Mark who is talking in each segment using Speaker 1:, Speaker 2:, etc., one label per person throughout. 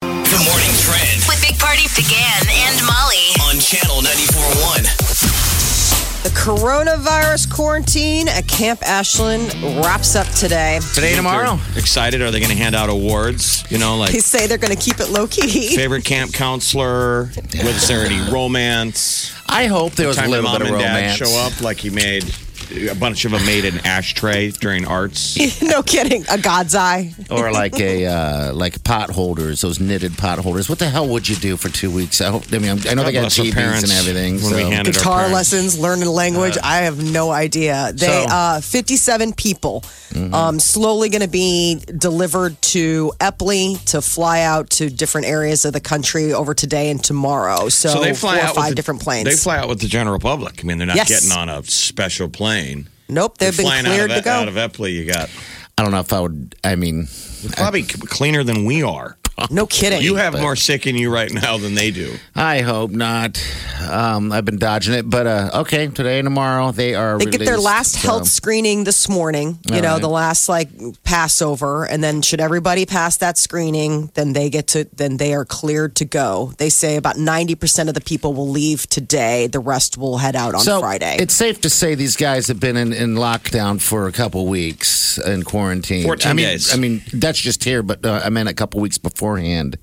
Speaker 1: The morning trend
Speaker 2: with Big Party began and Molly.
Speaker 1: on channel 94.1.
Speaker 3: The coronavirus quarantine at Camp Ashland wraps up today.
Speaker 4: Today and tomorrow.
Speaker 5: They're excited? Are they going to hand out awards? You know, like
Speaker 3: They say they're going to keep it low key.
Speaker 5: favorite camp counselor. Was there any romance?
Speaker 4: I hope there was a
Speaker 5: Time your
Speaker 4: little
Speaker 5: mom
Speaker 4: bit of
Speaker 5: and
Speaker 4: romance.
Speaker 5: dad show up like he made a bunch of them made an ashtray during arts.
Speaker 3: no kidding. A God's eye.
Speaker 4: or like a uh, like pot holders, those knitted pot holders. What the hell would you do for two weeks? I, hope, I mean, I know
Speaker 5: God
Speaker 4: they got
Speaker 5: bless our
Speaker 4: TVs and everything.
Speaker 5: when we
Speaker 4: so-
Speaker 5: handed our
Speaker 3: Guitar
Speaker 5: parents.
Speaker 3: lessons, learning language. I have no idea. They
Speaker 4: So-
Speaker 3: uh, 57 people
Speaker 5: Mm-hmm.
Speaker 3: um, slowly going to be delivered to Epley to fly out to different areas of the country over today and tomorrow. So,
Speaker 5: So they fly
Speaker 3: Oh, four or
Speaker 5: out
Speaker 3: five
Speaker 5: with the-
Speaker 3: different planes.
Speaker 5: They fly out with the general public. I mean, they're not
Speaker 3: Yes.
Speaker 5: getting on a special plane.
Speaker 3: nope, they've
Speaker 5: They're
Speaker 3: been
Speaker 5: flying
Speaker 3: cleared
Speaker 5: out
Speaker 3: to
Speaker 5: of, E-
Speaker 3: go.
Speaker 5: out of Epley. You got
Speaker 4: I don't know if I would. I mean,
Speaker 5: probably c- cleaner than we are.
Speaker 3: no kidding.
Speaker 5: You have more sick in you right now than they do.
Speaker 4: I hope not. Um, I've been dodging it, but uh, okay. Today and tomorrow they are.
Speaker 3: They get their last health
Speaker 4: So.
Speaker 3: screening this morning, you know, the last like Passover. And then, should everybody pass that screening, then they get to, then they are cleared to go. They say about 90% of the people will leave today. The rest will head out on
Speaker 4: So
Speaker 3: Friday.
Speaker 4: it's safe to say these guys have been in, in lockdown for a couple weeks in quarantine.
Speaker 5: 14
Speaker 4: I mean,
Speaker 5: days.
Speaker 4: I mean that's just here, but uh, I meant a couple weeks beforehand.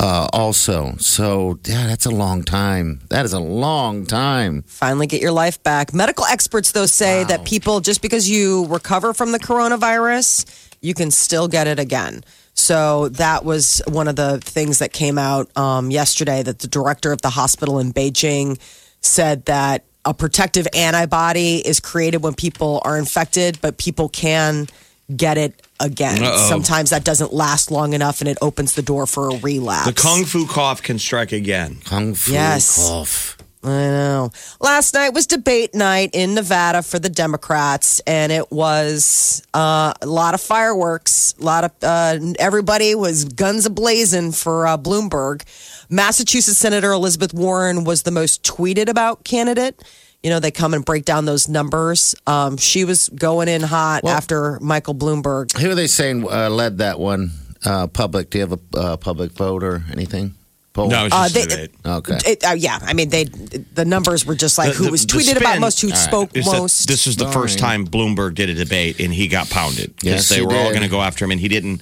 Speaker 4: Uh, also, so yeah, that's a long time. That is a long time.
Speaker 3: Finally, get your life back. Medical experts, though, say that people, just because you recover from the coronavirus, you can still get it again. So that was one of the things that came out um, yesterday that the director of the hospital in Beijing said that a protective antibody is created when people are infected, but people can get it again.
Speaker 5: Uh-oh.
Speaker 3: Sometimes that doesn't last long enough and it opens the door for a relapse.
Speaker 5: The kung fu cough can strike again.
Speaker 4: Kung Fu
Speaker 3: Yes.
Speaker 4: cough.
Speaker 3: I know. Last night was debate night in Nevada for the Democrats, and it was uh, a lot of fireworks. A lot of uh, everybody was guns ablazing for uh, Bloomberg. Massachusetts Senator Elizabeth Warren was the most tweeted about candidate. You know, they come and break down those numbers. Um, she was going in hot after Michael Bloomberg.
Speaker 4: Who are they saying uh, led that one? Uh, public? Do you have a uh, public vote or anything? Poll?
Speaker 5: No, it's
Speaker 3: Uh,
Speaker 5: just
Speaker 3: they-
Speaker 5: debate.
Speaker 4: Okay.
Speaker 3: It, uh, yeah, I mean, they the numbers were just like
Speaker 5: The-
Speaker 3: who
Speaker 5: the-
Speaker 3: was
Speaker 5: the
Speaker 3: tweeted about
Speaker 5: spin-
Speaker 3: most, who
Speaker 5: all right,
Speaker 3: spoke
Speaker 5: is that
Speaker 3: most.
Speaker 5: This is the first
Speaker 4: Sorry.
Speaker 5: time Bloomberg did a debate, and he got pounded. 'Cause
Speaker 4: Yes,
Speaker 5: they
Speaker 4: he
Speaker 5: were all
Speaker 4: did.
Speaker 5: going to go after him, and he didn't.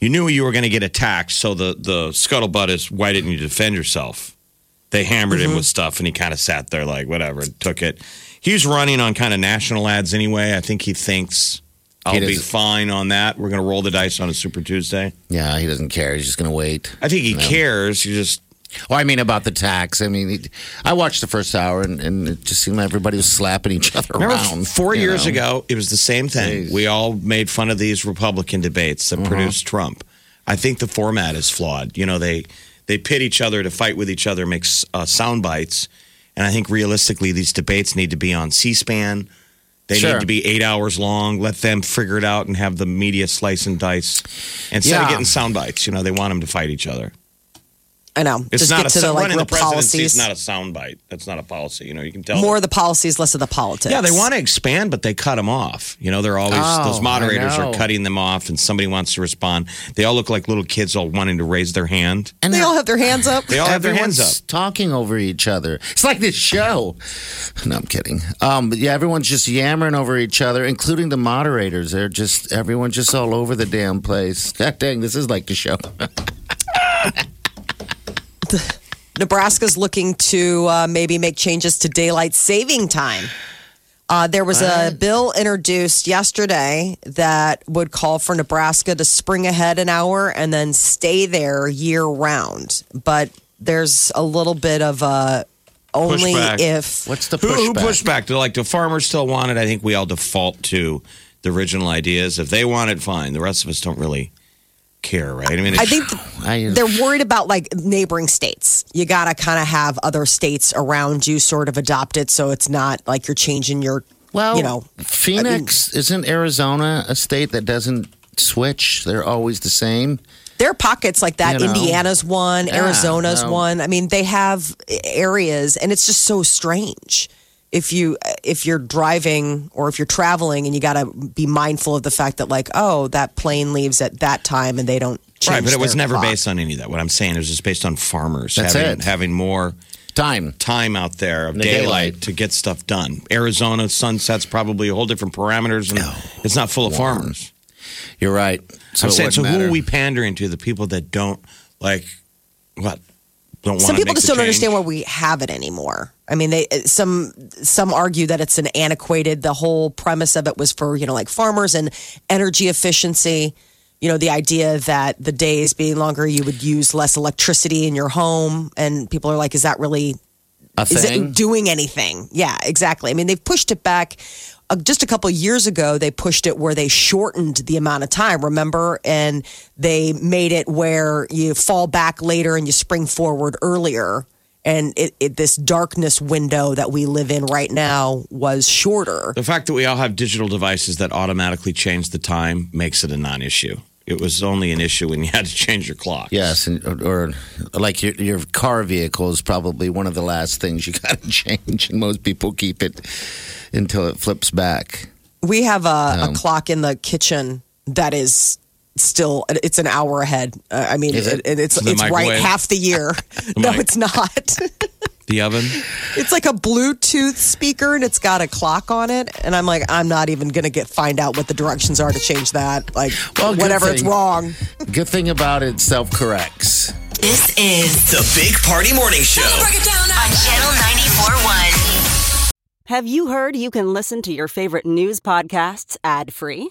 Speaker 5: You knew you were going to get attacked, so the the scuttlebutt is why didn't you defend yourself? They hammered
Speaker 3: Mm-hmm.
Speaker 5: him with stuff, and he kind of sat there like whatever, and took it. He's running on kind of national ads anyway. I think he thinks I'll
Speaker 4: He
Speaker 5: be
Speaker 4: doesn't-
Speaker 5: fine on that. We're going to roll the dice on a Super Tuesday.
Speaker 4: yeah, he doesn't care. He's just going to wait.
Speaker 5: I think he
Speaker 4: Yeah.
Speaker 5: cares. He just
Speaker 4: Well, I mean about the tax. I mean, it- I watched the first hour, and, and it just seemed like everybody was slapping each other
Speaker 5: Remember
Speaker 4: around.
Speaker 5: four
Speaker 4: you
Speaker 5: years
Speaker 4: know?
Speaker 5: ago, it was the same thing.
Speaker 4: Jeez. Uh-huh.
Speaker 5: We all made fun of these Republican debates that produced Trump. I think the format is flawed. You know, they they pit each other to fight with each other, make s- uh, sound bites, and I think realistically, these debates need to be on C-SPAN. They
Speaker 4: Sure.
Speaker 5: need to be eight hours long. Let them figure it out and have the media slice and dice instead of
Speaker 4: Yeah.
Speaker 5: getting sound bites. You know, they want them to fight each other.
Speaker 3: I know.
Speaker 5: It's
Speaker 3: just
Speaker 5: not
Speaker 3: get
Speaker 5: a
Speaker 3: to the
Speaker 5: sound-
Speaker 3: like
Speaker 5: running
Speaker 3: real
Speaker 5: the presidency.
Speaker 3: policies.
Speaker 5: It's not a sound bite. That's not a policy. You know, you can tell
Speaker 3: more of the policies, less of the politics.
Speaker 5: Yeah, they want to expand, but they cut them off. You know, they're always
Speaker 4: Oh,
Speaker 5: those moderators
Speaker 4: I
Speaker 5: are
Speaker 4: know.
Speaker 5: cutting them off, and somebody wants to respond. They all look like little kids, all wanting to raise their hand.
Speaker 4: and
Speaker 3: They all have their hands up.
Speaker 5: They all have their hands up.
Speaker 4: everyone's talking over each other. It's like this show. No, I'm kidding. Um, but yeah, everyone's just yammering over each other, including the moderators. They're just everyone's just all over the damn place. God dang, this is like the show.
Speaker 3: Nebraska's looking to uh, maybe make changes to daylight saving time. Uh, there was a bill introduced yesterday that would call for Nebraska to spring ahead an hour and then stay there year round. But there's a little bit of a only
Speaker 5: Pushback.
Speaker 3: if
Speaker 4: What's the
Speaker 5: Who,
Speaker 4: pushback?
Speaker 5: who pushed back? They're like the farmers still want it. I think we all default to the original ideas. If they want it, fine. The rest of us don't really care, right? I mean, it's,
Speaker 3: I think
Speaker 4: I-
Speaker 3: they're worried about like neighboring states. You got to kind of have other states around you sort of adopt it so it's not like you're changing your,
Speaker 4: Well,
Speaker 3: you know,
Speaker 4: Phoenix isn't Arizona a state that doesn't switch? They're always the same.
Speaker 3: there are pockets like that.
Speaker 4: You know.
Speaker 3: Indiana's one,
Speaker 4: Yeah,
Speaker 3: Arizona's
Speaker 4: no.
Speaker 3: one. I mean, they have areas, and it's just so strange. If you if you're driving or if you're traveling, and you got to be mindful of the fact that like, oh, that plane leaves at that time, and they don't. Change
Speaker 5: right, but it was
Speaker 3: their
Speaker 5: never
Speaker 3: clock.
Speaker 5: based on any of that. What I'm saying is it's based on farmers
Speaker 4: That's
Speaker 5: having,
Speaker 4: it.
Speaker 5: having more
Speaker 4: Time.
Speaker 5: time out there of
Speaker 4: The
Speaker 5: daylight,
Speaker 4: daylight.
Speaker 5: to get stuff done. Arizona sunsets probably a whole different parameters, and it's not full of farmers.
Speaker 4: You're right. So
Speaker 5: I'm
Speaker 4: it
Speaker 5: saying, so
Speaker 4: wouldn't
Speaker 5: who are
Speaker 4: matter.
Speaker 5: we pandering to? The people that don't like what don't want.
Speaker 3: Some people just don't understand
Speaker 5: What-
Speaker 3: why we have it anymore. I mean, they uh, some some argue that it's an antiquated. The whole premise of it was for you know like farmers and energy efficiency. You know, the idea that the days being longer, you would use less electricity in your home, and people are like, "Is that really
Speaker 4: A
Speaker 3: is
Speaker 4: thing?
Speaker 3: it doing anything?" Yeah, exactly. I mean, they've pushed it back. Uh, just a couple of years ago, they pushed it where they shortened the amount of time. Remember, and they made it where you fall back later and you spring forward earlier. And it, it, this darkness window that we live in right now was shorter.
Speaker 5: the fact that we all have digital devices that automatically change the time makes it a non-issue. It was only an issue when you had to change your clock.
Speaker 4: Yes, and, or, or like your your car vehicle is probably one of the last things you got to change, and most people keep it until it flips back.
Speaker 3: We have a, a clock in the kitchen that is still it's an hour ahead. Uh, I mean,
Speaker 4: Is it?
Speaker 3: it, it's
Speaker 5: Is it
Speaker 3: it's right
Speaker 5: microwave?
Speaker 3: half the year. no,
Speaker 5: Mike.
Speaker 3: it's not.
Speaker 5: the oven.
Speaker 3: it's like a Bluetooth speaker and it's got a clock on it. And I'm like, I'm not even gonna get find out what the directions are to change that. Like,
Speaker 4: Well, good
Speaker 3: whatever, it's
Speaker 4: thing.
Speaker 3: wrong.
Speaker 4: Good thing about it, self corrects.
Speaker 2: This is
Speaker 1: The Big Party Morning Show.
Speaker 2: on Channel 94.1.
Speaker 6: Have you heard you can listen to your favorite news podcasts ad free?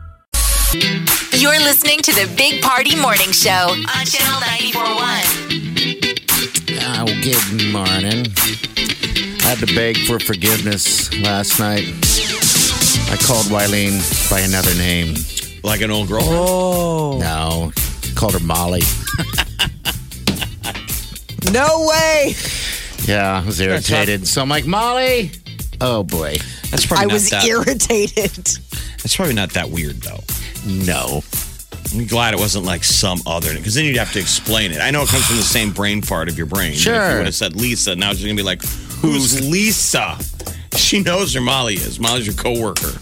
Speaker 2: You're listening to the Big Party Morning Show on Channel 94.1.
Speaker 4: Oh, good morning. I had to beg for forgiveness last night. I called Wileen by another name.
Speaker 5: Like an old girl.
Speaker 3: Oh,
Speaker 4: Oh. No, called her Molly.
Speaker 3: No way.
Speaker 4: Yeah, I was irritated. So I'm like, Molly. Oh boy,
Speaker 5: That's probably
Speaker 3: I
Speaker 5: not
Speaker 3: was
Speaker 5: that.
Speaker 3: irritated.
Speaker 5: that's probably not that weird though.
Speaker 4: no.
Speaker 5: I'm glad it wasn't like some other, because then you'd have to explain it. I know it comes from the same brain part of your brain. but If you
Speaker 4: Sure.
Speaker 5: would have said Lisa, now she's gonna be like, "Who's Lisa?" She knows where Molly is. Molly's your coworker.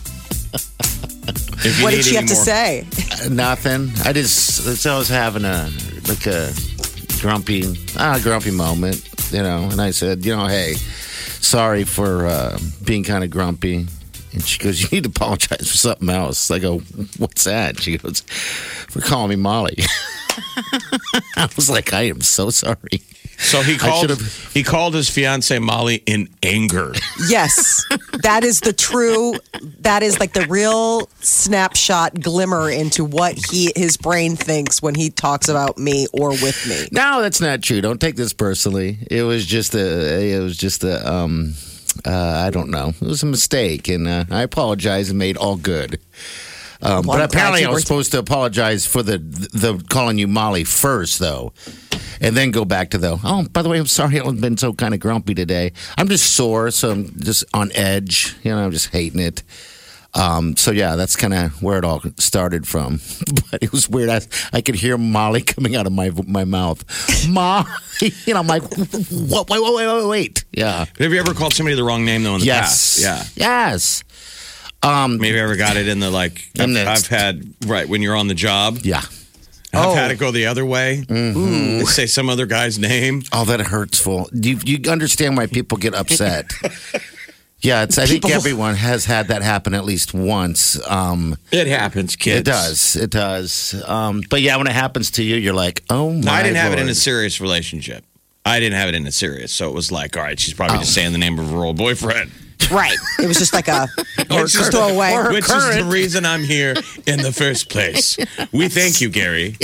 Speaker 5: If you
Speaker 3: What
Speaker 5: need
Speaker 3: did she have
Speaker 5: any
Speaker 3: to
Speaker 5: more-
Speaker 3: say?
Speaker 4: Nothing. I just so I was having a like a grumpy ah grumpy moment, you know. And I said, you know, hey, sorry for uh, being kind of grumpy. And she goes, you need to apologize for something else. I go, what's that? She goes, for calling me Molly. I was like, I am so sorry.
Speaker 5: So he called.
Speaker 4: should've-
Speaker 5: He called his fiance Molly in anger.
Speaker 3: Yes, that is the true. That is like the real snapshot glimmer into what he his brain thinks when he talks about me or with me.
Speaker 4: No, that's not true. Don't take this personally. It was just a. It was just a. Um, uh, I don't know. It was a mistake, and uh, I apologize and made all good. Um,
Speaker 3: Well,
Speaker 4: but
Speaker 3: I'm glad
Speaker 4: apparently,
Speaker 3: you
Speaker 4: I was
Speaker 3: were-
Speaker 4: supposed to apologize for the the calling you Molly first, though, and then go back to the. Oh, by the way, I'm sorry I've been so kind of grumpy today. I'm just sore, so I'm just on edge. You know, I'm just hating it. Um, so yeah, that's kind of where it all started from. But it was weird. I, I could hear Molly coming out of my my mouth. Molly, you know, I'm like, what? Wait, wait, wait, wait, wait. Yeah.
Speaker 5: Have you ever called somebody the wrong name though in the
Speaker 4: Yes. Mm-hmm.
Speaker 5: past? Yeah.
Speaker 4: Yes. Um.
Speaker 5: Maybe I ever got it in the like
Speaker 4: In the-
Speaker 5: I've had right when you're on the job.
Speaker 4: Yeah.
Speaker 5: I've had it go the other way. They say some other guy's name.
Speaker 4: Oh, that hurts. Full. You you understand why people get upset? yeah. It's. I think everyone has had that happen at least once. Um.
Speaker 5: It happens, kids.
Speaker 4: It does. It does. Um, but yeah, when it happens to you, you're like, oh my.
Speaker 5: No, I didn't have it in a
Speaker 4: Lord.
Speaker 5: serious relationship. I didn't have it in a serious, so it was like, all right, she's probably just saying the name of her old boyfriend.
Speaker 3: Right. It was just like a or
Speaker 5: Which is-
Speaker 3: just throw away.
Speaker 5: Which is the reason I'm here in the first place. We thank you, Gary.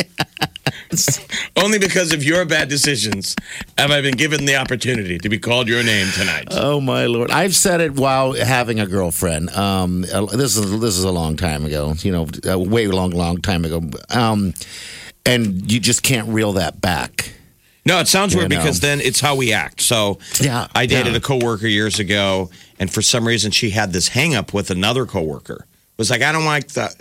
Speaker 5: Only because of your bad decisions have I been given the opportunity to be called your name tonight.
Speaker 4: Oh my lord! I've said it while having a girlfriend. Um, this is this is a long time ago. You know, a way long, long time ago. Um, and you just can't reel that back.
Speaker 5: No, it sounds weird
Speaker 4: You know.
Speaker 5: because then it's how we act. So
Speaker 4: Yeah,
Speaker 5: I dated
Speaker 4: yeah.
Speaker 5: a coworker years ago, and for some reason she had this hang up with another coworker. It was like, I don't like that.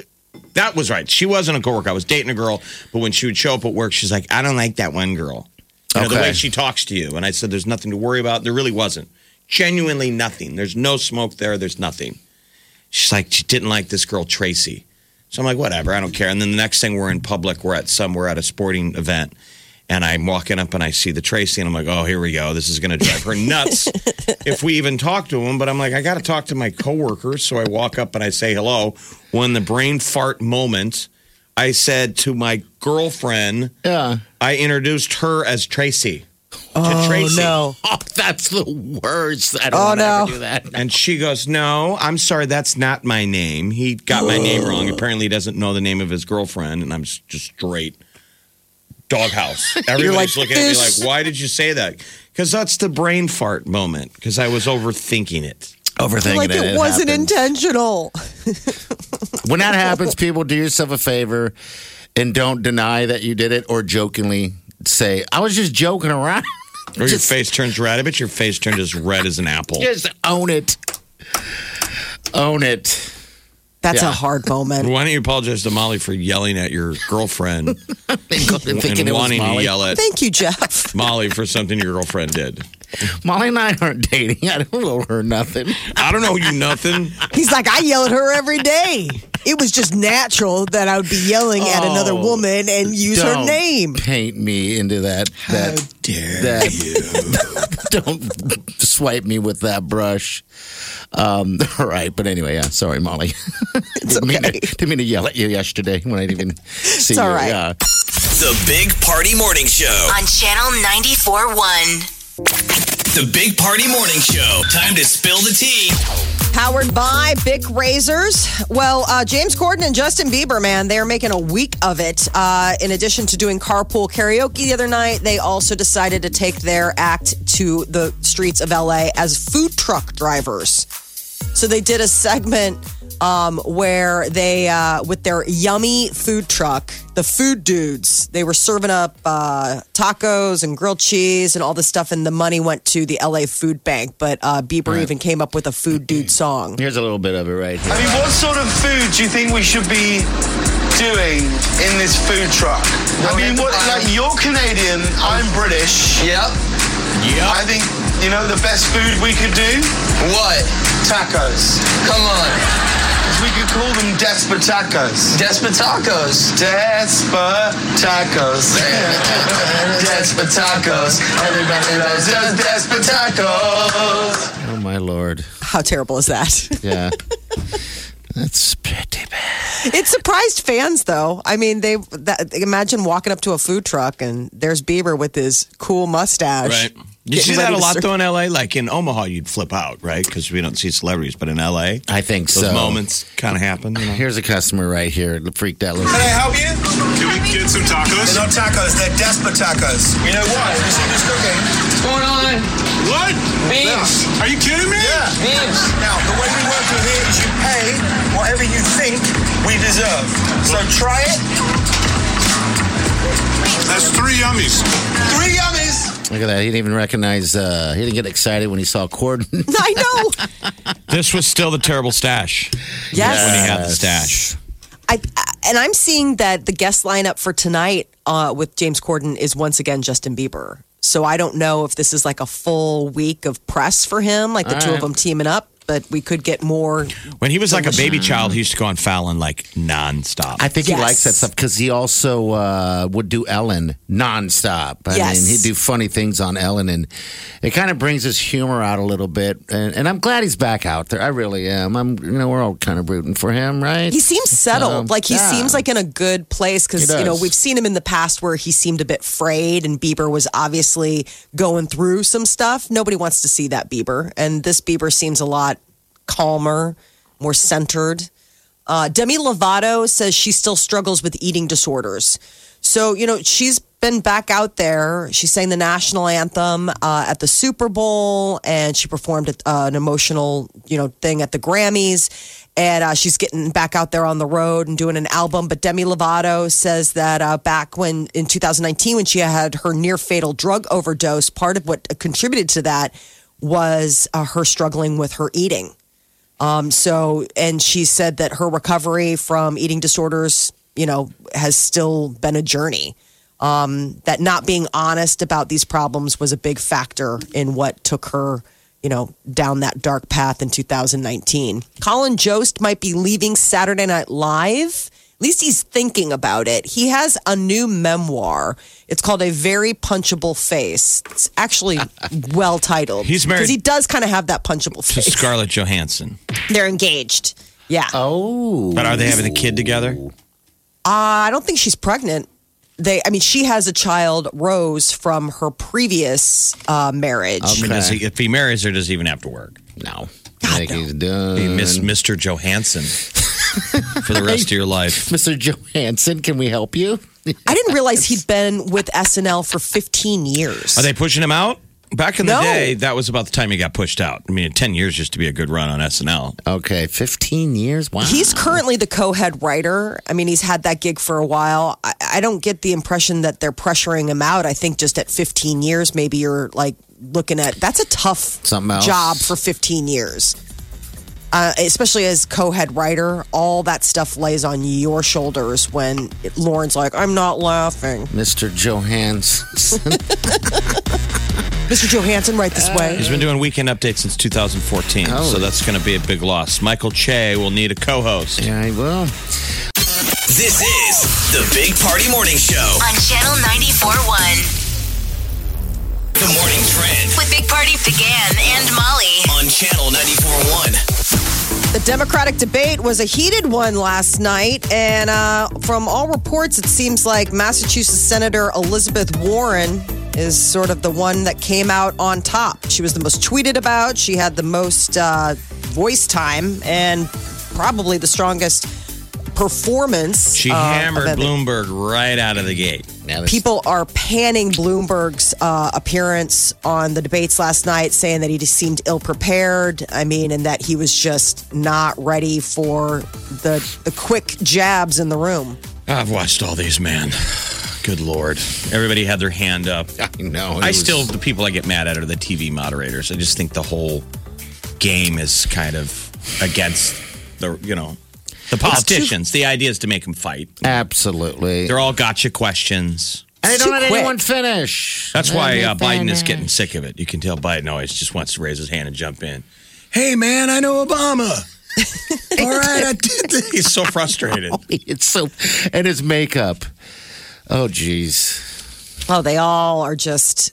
Speaker 5: That was right. She wasn't a coworker. I was dating a girl, but when she would show up at work, she's like, I don't like that one girl. You know, the
Speaker 4: Okay.
Speaker 5: way she talks to you. And I said, There's nothing to worry about. There really wasn't. Genuinely nothing. There's no smoke there. There's nothing. She's like, She didn't like this girl, Tracy. So I'm like, Whatever. I don't care. And then the next thing we're in public, we're at some, we're at a sporting event. And I'm walking up and I see the Tracy and I'm like, oh, here we go. This is going to drive her nuts if we even talk to him. But I'm like, I got to talk to my coworker. So I walk up and I say hello. When the brain fart moment, I said to my girlfriend,
Speaker 4: Yeah.
Speaker 5: I introduced her as Tracy. to
Speaker 3: Oh
Speaker 5: Tracy.
Speaker 3: no.
Speaker 4: Oh, that's the worst. I don't
Speaker 3: Oh,
Speaker 4: want to
Speaker 3: no.
Speaker 4: ever do that.
Speaker 5: And she goes, No, I'm sorry, that's not my name. He got my name wrong. Apparently, he doesn't know the name of his girlfriend. And I'm s- just straight doghouse. Everybody's
Speaker 3: like,
Speaker 5: looking at me
Speaker 3: "This-"
Speaker 5: like, Why did you say that? Because that's the brain fart moment, because I was overthinking it.
Speaker 4: Overthinking
Speaker 3: Like it, wasn't
Speaker 4: happens.
Speaker 3: intentional.
Speaker 4: When that happens, people do yourself a favor and don't deny that you did it or jokingly say, "I was just joking around."
Speaker 5: Or your face turns red. I bet your face turned as red as an apple.
Speaker 4: Just own it. Own it.
Speaker 3: That's
Speaker 4: Yeah.
Speaker 3: a hard moment.
Speaker 5: Why don't you apologize to Molly for yelling at your girlfriend
Speaker 4: And thinking
Speaker 5: and
Speaker 4: it was
Speaker 5: wanting to
Speaker 4: Molly.
Speaker 5: yell at
Speaker 3: Thank you, Jeff.
Speaker 5: Molly for something your girlfriend did?
Speaker 4: Molly and I aren't dating. I don't owe her nothing.
Speaker 5: I don't know you nothing.
Speaker 3: He's like, I yell at her every day. It was just natural that I would be yelling at another woman and use her
Speaker 4: Don't
Speaker 3: name.
Speaker 4: Paint me into that. That
Speaker 5: dare
Speaker 4: that. don't swipe me with that brush. Um, all right, but anyway, yeah. Sorry, Molly. didn't, mean to,
Speaker 3: okay.
Speaker 4: didn't mean to yell at you yesterday when I didn't even see
Speaker 3: all
Speaker 4: you.
Speaker 3: right.
Speaker 4: Yeah.
Speaker 1: The Big Party Morning Show.
Speaker 2: on Channel 94.1.
Speaker 1: The Big Party Morning Show. Time to spill the tea.
Speaker 3: Powered by Bic Razors. Well, uh, James Corden and Justin Bieber, man, they are making a week of it. Uh, in addition to doing carpool karaoke the other night, they also decided to take their act to the streets of LA as food truck drivers. So they did a segment um, where they, uh, with their yummy food truck, the food dudes, they were serving up uh, tacos and grilled cheese and all this stuff, and the money went to the LA Food Bank. But uh, Bieber even came up with a food
Speaker 5: Mm-hmm.
Speaker 3: dude song.
Speaker 4: Here's a little bit of it right here.
Speaker 7: I mean, what sort of food do you think we should be doing in this food truck? I mean, what, like, you're Canadian, I'm British. Yep. Yep. I think, you know, the best food we could do? What? Tacos. Come on. We could call them Desper Tacos. Desper Tacos. Desper Tacos. Desper Tacos. Everybody loves those Desper Tacos.
Speaker 4: Oh my lord.
Speaker 3: How terrible is that?
Speaker 4: Yeah. That's pretty bad.
Speaker 3: it surprised fans, though. I mean, they that, imagine walking up to a food truck and there's Bieber with his cool mustache.
Speaker 5: Right. You
Speaker 3: Getting
Speaker 5: see that
Speaker 3: ready
Speaker 5: a
Speaker 3: to
Speaker 5: lot
Speaker 3: serve-
Speaker 5: though in LA. Like in Omaha, you'd flip out, right? Because we don't see celebrities, but in LA,
Speaker 4: I think
Speaker 5: those
Speaker 4: so.
Speaker 5: moments kind of happen. You know?
Speaker 4: Here's a customer right here. Freaked out. Listen.
Speaker 7: I help you? Can we get some tacos? They're not tacos, they're desperate tacos. You know why? You see this cooking. What's going on? What? Beans. Are you kidding me? Yeah. Beans. Now, the way we work with here is you pay whatever you think we deserve. So try it. That's three yummies. Three yummies?
Speaker 4: Look at that. He didn't even recognize, uh, he didn't get excited when he saw Corden.
Speaker 3: I know.
Speaker 5: This was still the terrible stash.
Speaker 3: Yes.
Speaker 5: When he had the stash.
Speaker 3: I, I and I'm seeing that the guest lineup for tonight uh, with James Corden is once again Justin Bieber. So I don't know if this is like a full week of press for him, like the two of them teaming up. But we could get more.
Speaker 5: When he was like a baby child, he used to go on Fallon like nonstop.
Speaker 4: I think he
Speaker 3: Yes.
Speaker 4: likes that stuff because he also uh, would do Ellen nonstop. I
Speaker 3: Yes.
Speaker 4: mean, he'd do funny things on Ellen, and it kind of brings his humor out a little bit. And, and I'm glad he's back out there. I really am. I'm, you know, we're all kind of rooting for him, right?
Speaker 3: He seems settled.
Speaker 4: Um,
Speaker 3: like he
Speaker 4: yeah.
Speaker 3: seems like in a good place because,
Speaker 4: He
Speaker 3: you know,
Speaker 4: does.
Speaker 3: we've seen him in the past where he seemed a bit frayed and Bieber was obviously going through some stuff. Nobody wants to see that Bieber. And this Bieber seems a lot calmer, more centered. Uh, Demi Lovato says she still struggles with eating disorders. So, you know, she's been back out there. She sang the national anthem uh, at the Super Bowl and she performed at, uh, an emotional, you know, thing at the Grammys. And uh, she's getting back out there on the road and doing an album. But Demi Lovato says that uh, back when in 2019, when she had her near fatal drug overdose, part of what contributed to that was uh, her struggling with her eating. Um, so, and she said that her recovery from eating disorders, you know, has still been a journey. Um, that not being honest about these problems was a big factor in what took her, you know, down that dark path in 2019. Colin Jost might be leaving Saturday Night Live. At least he's thinking about it. He has a new memoir. It's called A Very Punchable Face. It's actually well titled.
Speaker 5: He's married-
Speaker 3: Because he does kind of have that punchable
Speaker 5: To
Speaker 3: face.
Speaker 5: Scarlett Johansson.
Speaker 3: They're engaged. Yeah.
Speaker 4: Oh.
Speaker 5: But are they having a kid together?
Speaker 3: I don't think she's pregnant. They, I mean, she has a child, Rose, from her previous uh, marriage.
Speaker 5: Or Does he, if he marries her, does he even have to work?
Speaker 4: No. I think he's done.
Speaker 5: Be
Speaker 3: Uh,
Speaker 5: Miss Mr. Johansson for the rest of your life.
Speaker 4: Mr. Johansson, can we help you?
Speaker 3: I didn't realize he'd been with SNL for 15 years.
Speaker 5: Are they pushing him out? Back in the
Speaker 3: No.
Speaker 5: day, that was about the time he got pushed out. I mean, 10 years used to be a good run on SNL.
Speaker 4: Okay, 15 years? Wow.
Speaker 3: He's currently the co-head writer. I mean, he's had that gig for a while. I, I don't get the impression that they're pressuring him out. I think just at 15 years, maybe you're like looking at that's a tough
Speaker 4: Something else.
Speaker 3: job for 15 years. Uh, especially as co-head writer, all that stuff lays on your shoulders when Lauren's like, "I'm not laughing,
Speaker 4: Mr. Johansson.
Speaker 3: Mr. Johansson, right this way."
Speaker 5: He's been doing weekend updates since 2014, so that's going to be a big loss. Michael Che will need a co host.
Speaker 4: yeah, I will.
Speaker 1: This is the Big Party Morning Show.
Speaker 2: on Channel 94.1
Speaker 1: The morning trend
Speaker 2: with Big Party began and Molly.
Speaker 1: on Channel 94.1.
Speaker 3: The Democratic debate was a heated one last night, and uh, from all reports, it seems like Massachusetts Senator Elizabeth Warren is sort of the one that came out on top. She was the most tweeted about, she had the most uh, voice time, and probably the strongest performance.
Speaker 5: She
Speaker 3: uh, of
Speaker 5: hammered
Speaker 3: any-
Speaker 5: Bloomberg right out of the gate.
Speaker 4: Now this-
Speaker 3: People are panning Bloomberg's uh, appearance on the debates last night, saying that he just seemed ill prepared. I mean, and that he was just not ready for the the quick jabs in the room.
Speaker 5: I've watched all these, man. Good Lord. Everybody had their hand up.
Speaker 4: I know. it
Speaker 5: I
Speaker 4: was-
Speaker 5: still, the people I get mad at are the TV moderators. I just think the whole game is kind of against the, you know, the politicians. The idea is to make them fight.
Speaker 4: Absolutely.
Speaker 5: They're all gotcha questions.
Speaker 4: I
Speaker 3: too
Speaker 4: don't let
Speaker 3: quick.
Speaker 4: anyone finish.
Speaker 5: That's why uh,
Speaker 4: Let me
Speaker 5: Biden is
Speaker 4: finish.
Speaker 5: getting sick of it. You can tell Biden always just wants to raise his hand and jump in. Hey, man, I know Obama. all right, I did this. He's so frustrated.
Speaker 4: It's so, and his makeup. Oh, jeez.
Speaker 3: Oh, they all are just.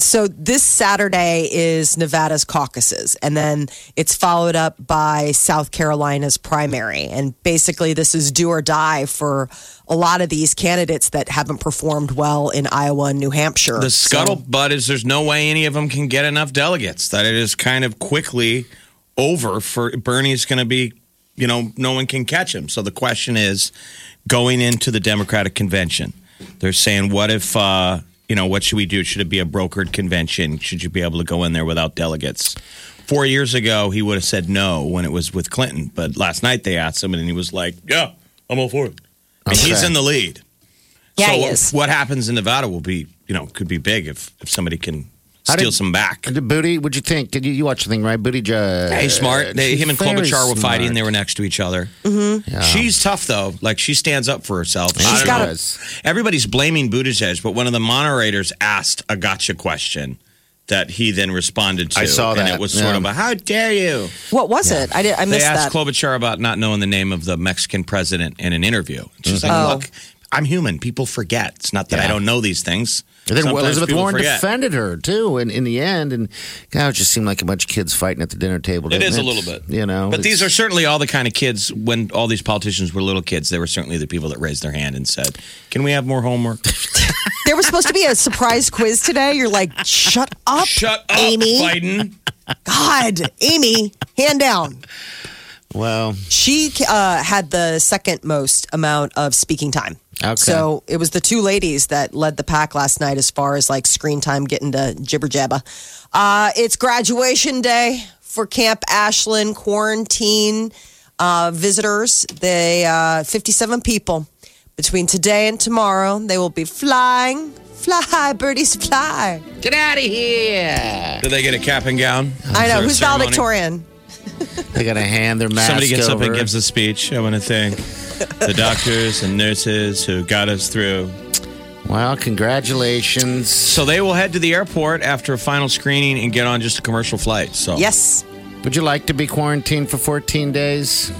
Speaker 3: So this Saturday is Nevada's caucuses, and then it's followed up by South Carolina's primary. And basically, this is do or die for a lot of these candidates that haven't performed well in Iowa and New Hampshire.
Speaker 5: The
Speaker 3: So-
Speaker 5: scuttlebutt is there's no way any of them can get enough delegates. That it is kind of quickly over for Bernie's going to be, you know, no one can catch him. So the question is going into the Democratic convention, they're saying, what if, uh, you know, what should we do? Should it be a brokered convention? Should you be able to go in there without delegates? Four years ago, he would have said no when it was with Clinton. But last night they asked him and he was like, yeah, I'm all for it. And he's
Speaker 4: Okay.
Speaker 5: in the lead
Speaker 3: Yeah,
Speaker 5: so
Speaker 3: he
Speaker 5: what-
Speaker 3: is.
Speaker 5: what happens in Nevada will be you know could be big if if somebody can
Speaker 4: How
Speaker 5: steal
Speaker 4: did-
Speaker 5: some back.
Speaker 4: And the booty, what'd you think? Did you, you watch the thing, right? Booty Judge.
Speaker 5: Hey, smart. They, him and
Speaker 4: Very
Speaker 5: Klobuchar were fighting.
Speaker 4: smart.
Speaker 5: They were next to each other.
Speaker 4: Yeah.
Speaker 5: She's tough though. Like she stands up for herself. I
Speaker 4: She's
Speaker 5: don't
Speaker 4: got
Speaker 5: know.
Speaker 4: a-
Speaker 5: Everybody's blaming Buttigieg, but one of the moderators asked a gotcha question that he then responded to.
Speaker 4: I saw
Speaker 5: and
Speaker 4: that,
Speaker 5: it was sort
Speaker 4: yeah.
Speaker 5: of a how dare you?
Speaker 3: What was it? I did. I
Speaker 5: They
Speaker 3: missed
Speaker 5: asked
Speaker 3: that.
Speaker 5: Klobuchar about not knowing the name of the Mexican president in an interview. And she's
Speaker 4: Mm-hmm.
Speaker 5: like, "Look, I'm human. People forget. It's not that I don't know these things."
Speaker 4: And then
Speaker 5: Sometimes
Speaker 4: Elizabeth
Speaker 5: people
Speaker 4: Warren
Speaker 5: forget.
Speaker 4: defended her too, and in the end, and God, it just seemed like a bunch of kids fighting at the dinner table.
Speaker 5: It
Speaker 4: didn't
Speaker 5: is a little bit,
Speaker 4: you know.
Speaker 5: But these are
Speaker 4: it's-
Speaker 5: certainly all the kind of kids. When all these politicians were little kids, they were certainly the people that raised their hand and said, "Can we have more homework?"
Speaker 3: There was supposed to be a surprise quiz today. You're like, shut up,
Speaker 5: Shut up,
Speaker 3: Amy.
Speaker 5: Biden.
Speaker 3: God, Amy, hand down.
Speaker 4: well,
Speaker 3: She uh, had the second most amount of speaking time.
Speaker 4: Okay.
Speaker 3: So it was the two ladies that led the pack last night as far as like screen time getting to jibber jabba. Uh, it's graduation day for Camp Ashland quarantine uh, visitors. They uh, 57 people between today and tomorrow. They will be flying, fly, birdies, fly.
Speaker 5: Did they get a cap and gown?
Speaker 3: I
Speaker 5: Is
Speaker 3: know
Speaker 5: there a
Speaker 3: who's
Speaker 5: ceremony?
Speaker 3: valedictorian.
Speaker 4: they got to hand their mask.
Speaker 5: Somebody gets up
Speaker 4: over.
Speaker 5: and gives a speech. I want to thank the doctors and nurses who got us through.
Speaker 4: Well, congratulations.
Speaker 5: So they will head to the airport after a final screening and get on just a commercial flight. So
Speaker 3: Yes.
Speaker 4: Would you like to be quarantined for 14 days?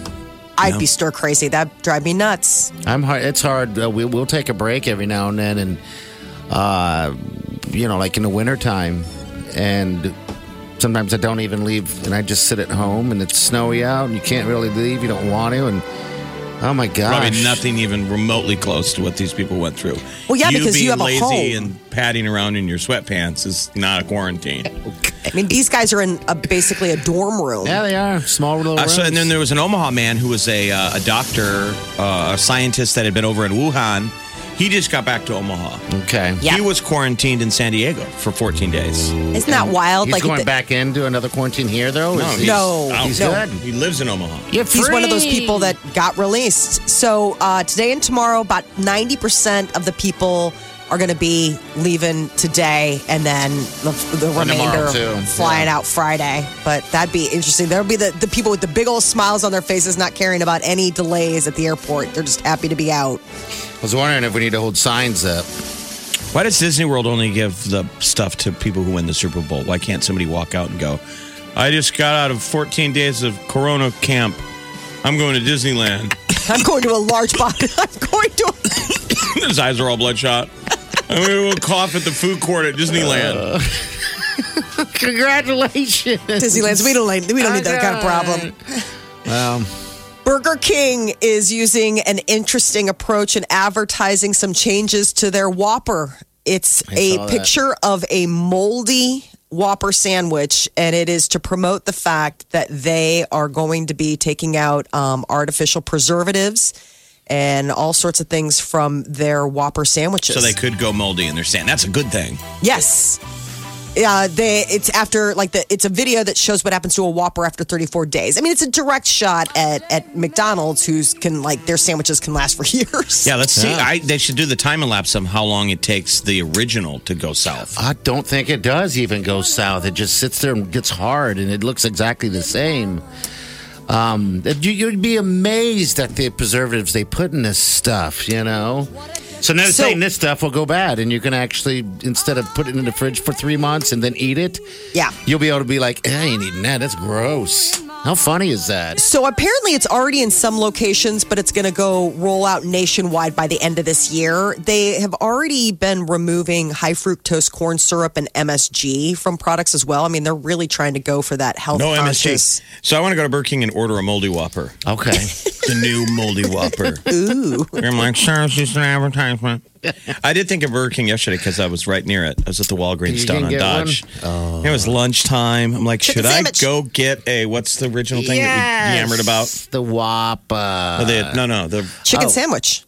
Speaker 3: I'd be stir crazy. That drive me nuts.
Speaker 4: I'm hard. It's hard. Uh, we, we'll take a break every now and then, and uh, you know, like in the wintertime, and sometimes I don't even leave, and I just sit at home, and it's snowy out, and you can't really leave. You don't want to, and oh my gosh,
Speaker 5: Probably nothing even remotely close to what these people went through.
Speaker 3: Well, yeah, because
Speaker 5: being
Speaker 3: you have a
Speaker 5: lazy
Speaker 3: home.
Speaker 5: and padding around in your sweatpants is not a quarantine.
Speaker 3: I mean, these guys are in a, basically a dorm room.
Speaker 4: Yeah, they are small little.
Speaker 5: Uh, so, and then
Speaker 4: rooms.
Speaker 5: there was an Omaha man who was a uh, a doctor, uh, a scientist that had been over in Wuhan. He just got back to Omaha.
Speaker 4: okay,
Speaker 3: Yeah.
Speaker 5: He was quarantined in San Diego for 14 days.
Speaker 3: Isn't that wild?
Speaker 4: He's going
Speaker 3: the-
Speaker 4: back into another quarantine here, though. Is he-
Speaker 3: No,
Speaker 5: out.
Speaker 4: Oh, he's
Speaker 3: no.
Speaker 4: good.
Speaker 5: He lives in Omaha.
Speaker 4: You're
Speaker 3: He's one of those
Speaker 4: free.
Speaker 3: people that got released. So uh, today and tomorrow, about ninety percent of the people are going to be leaving today, and then the, the remainder
Speaker 4: tomorrow, too.
Speaker 3: flying out Friday. But that'd be interesting. There'll be the, the people with the big old smiles on their faces, not caring about any delays at the airport. They're just happy to be out.
Speaker 4: I was wondering if we need to hold signs up.
Speaker 5: Why does Disney World only give the stuff to people who win the Super Bowl? Why can't somebody walk out and go, I just got out of 14 days of Corona camp. I'm going to Disneyland.
Speaker 3: I'm going to a large body. I'm going to. A-
Speaker 5: His eyes are all bloodshot. I'm going to cough at the food court at Disneyland.
Speaker 4: Congratulations.
Speaker 3: Disneyland's. We don't like, we don't need that kind of problem.
Speaker 4: Well,
Speaker 3: Burger King is using an interesting approach in advertising some changes to their Whopper. It's a
Speaker 4: saw that.
Speaker 3: picture of a moldy Whopper sandwich, and it is to promote the fact that they are going to be taking out um, artificial preservatives and all sorts of things from their Whopper sandwiches.
Speaker 5: So they could go moldy in their sand. That's a good thing.
Speaker 3: Yes. Yeah, they it's after like the it's a video that shows what happens to a Whopper after 34 days. I mean, it's a direct shot at at McDonald's who's can like their sandwiches can last for years.
Speaker 5: Yeah, let's see. I, they should do the time lapse on how long it takes the original to go south.
Speaker 4: I don't think it does even go south. It just sits there and gets hard, and it looks exactly the same. Um, that you, you'd be amazed at the preservatives they put in this stuff, you know? So now they're
Speaker 3: So-
Speaker 4: saying this stuff will go bad, and you can actually, instead of putting it in the fridge for three months and then eat it,
Speaker 3: Yeah.
Speaker 4: you'll be able to be like, eh, I ain't eating that. That's gross. How funny is that?
Speaker 3: So apparently it's already in some locations, but it's going to go roll out nationwide by the end of this year. They have already been removing high fructose corn syrup and MSG from products as well. I mean, they're really trying to go for that health
Speaker 5: Oh, No
Speaker 3: conscious.
Speaker 5: MSG. So I want to go to Burger King and order a moldy whopper.
Speaker 4: Okay.
Speaker 5: The new moldy whopper.
Speaker 3: Ooh.
Speaker 5: I'm like, sir, it's just an advertisement. I did think of Burger King yesterday because I was right near it. I was at the Walgreens
Speaker 4: You
Speaker 5: down
Speaker 4: didn't
Speaker 5: on
Speaker 4: get
Speaker 5: Dodge. It was lunchtime. I'm like,
Speaker 3: Chicken
Speaker 5: should I
Speaker 3: sandwich.
Speaker 5: go get a what's the original thing that we yammered about?
Speaker 4: The Whopper.
Speaker 5: Oh, they had- no, no, the
Speaker 3: Chicken sandwich.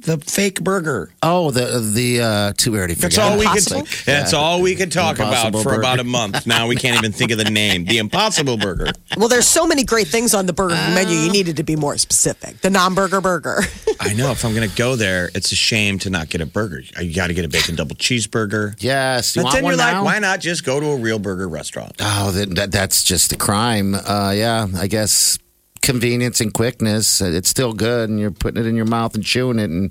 Speaker 8: the fake burger.
Speaker 4: Oh, the the uh, two we already.
Speaker 5: That's
Speaker 4: forgot.
Speaker 5: all we could.
Speaker 4: Impossible?
Speaker 5: That's
Speaker 4: Yeah.
Speaker 5: all we could talk about
Speaker 4: Impossible
Speaker 5: for about a
Speaker 4: burger.
Speaker 5: month. Now we can't even think of the name. The Impossible Burger.
Speaker 3: Well, there's so many great things on the burger
Speaker 4: Uh.
Speaker 3: menu. You needed to be more specific. The non-burger burger.
Speaker 5: I know. If I'm going to go there, it's a shame to not get a burger. You got to get a bacon double cheeseburger.
Speaker 4: Yes, you
Speaker 5: but
Speaker 4: want
Speaker 5: then
Speaker 4: one
Speaker 5: you're
Speaker 4: now?
Speaker 5: like, why not just go to a real burger restaurant?
Speaker 4: Oh, that, that that's just a crime. Uh, yeah, I guess convenience and quickness. uh, It's still good, and you're putting it in your mouth and chewing it, and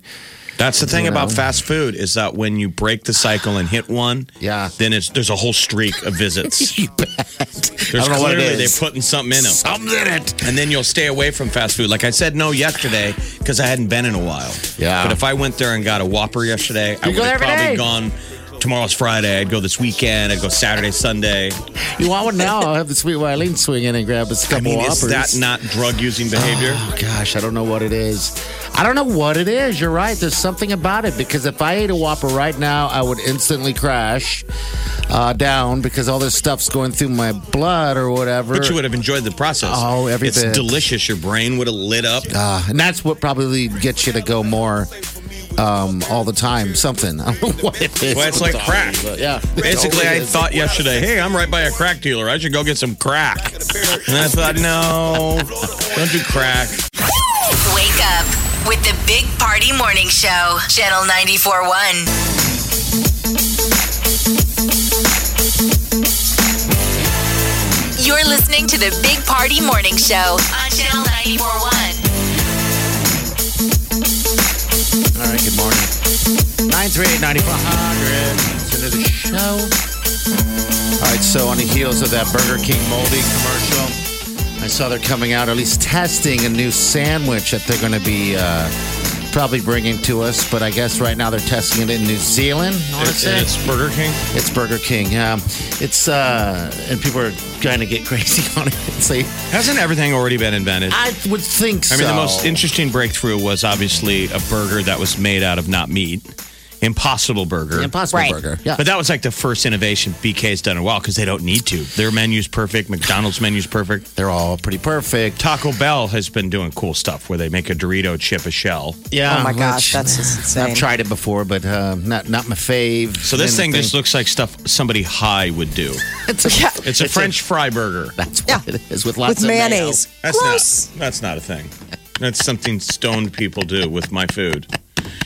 Speaker 5: That's the thing about fast food is that when you break the cycle and hit one,
Speaker 4: Yeah.
Speaker 5: then it's there's a whole streak of visits.
Speaker 4: you bet.
Speaker 5: There's
Speaker 4: I don't know what it
Speaker 5: clearly
Speaker 4: is.
Speaker 5: they're putting something in them.
Speaker 4: Something in it.
Speaker 5: and then you'll stay away from fast food. Like I said, no yesterday because I hadn't been in a while.
Speaker 4: Yeah.
Speaker 5: But if I went there and got a Whopper yesterday, I
Speaker 4: You
Speaker 5: would
Speaker 4: go
Speaker 5: have
Speaker 4: every
Speaker 5: probably
Speaker 4: day.
Speaker 5: gone. Tomorrow's Friday. I'd go this weekend. I'd go Saturday, Sunday.
Speaker 4: You want one now? I'll have the sweet Wileen swing in and grab us a couple
Speaker 5: I mean,
Speaker 4: whoppers.
Speaker 5: is that not drug using behavior?
Speaker 4: Oh gosh, I don't know what it is. I don't know what it is. You're right. There's something about it because if I ate a Whopper right now, I would instantly crash uh, down because all this stuff's going through my blood or whatever.
Speaker 5: But you would have enjoyed the process.
Speaker 4: Oh, every
Speaker 5: It's
Speaker 4: bit.
Speaker 5: delicious. Your brain would have lit up.
Speaker 4: Uh, and that's what probably gets you to go more um, all the time. Something. I don't know what it is.
Speaker 5: Well, it's like crack.
Speaker 4: But yeah.
Speaker 5: Basically, I
Speaker 4: Totally is.
Speaker 5: thought yesterday, hey, I'm right by a crack dealer. I should go get some crack. And I thought, no, don't do crack.
Speaker 2: Wake up with the Big Party Morning Show, Channel 94.1. You're listening to the Big Party Morning Show on Channel 94.1.
Speaker 4: All right, good morning. 938 9400. Into the show. All right, so on the heels of that Burger King moldy commercial, I saw they're coming out, at least testing a new sandwich that they're going to be uh, probably bringing to us. But I guess right now they're testing it in New Zealand, I want to
Speaker 5: It's,
Speaker 4: say.
Speaker 5: it's Burger King.
Speaker 4: It's Burger King. Yeah. It's, uh, and people are trying to get crazy on it. It's like,
Speaker 5: Hasn't everything already been invented?
Speaker 4: I would think so.
Speaker 5: I mean, the most interesting breakthrough was obviously a burger that was made out of not meat, Impossible Burger.
Speaker 4: The Impossible
Speaker 3: Right.
Speaker 4: Burger. Yeah.
Speaker 5: But that was like the first innovation BK's done in a while because they don't need to. Their menu's perfect. McDonald's menu's perfect.
Speaker 4: they're all pretty perfect.
Speaker 5: Taco Bell has been doing cool stuff where they make a Dorito chip a shell.
Speaker 4: Yeah.
Speaker 3: oh my gosh,
Speaker 4: which-
Speaker 3: that's just insane.
Speaker 4: I've tried it before, but uh, not not my fave.
Speaker 5: So this thing just looks like stuff somebody high would do.
Speaker 4: it's a,
Speaker 3: Yeah.
Speaker 5: It's a French fry burger.
Speaker 4: that's what
Speaker 3: Yeah.
Speaker 4: it is with lots
Speaker 3: with
Speaker 4: of mayo.
Speaker 3: mayonnaise.
Speaker 5: That's
Speaker 3: Gross.
Speaker 5: not. That's not a thing. That's something stoned people do with my food.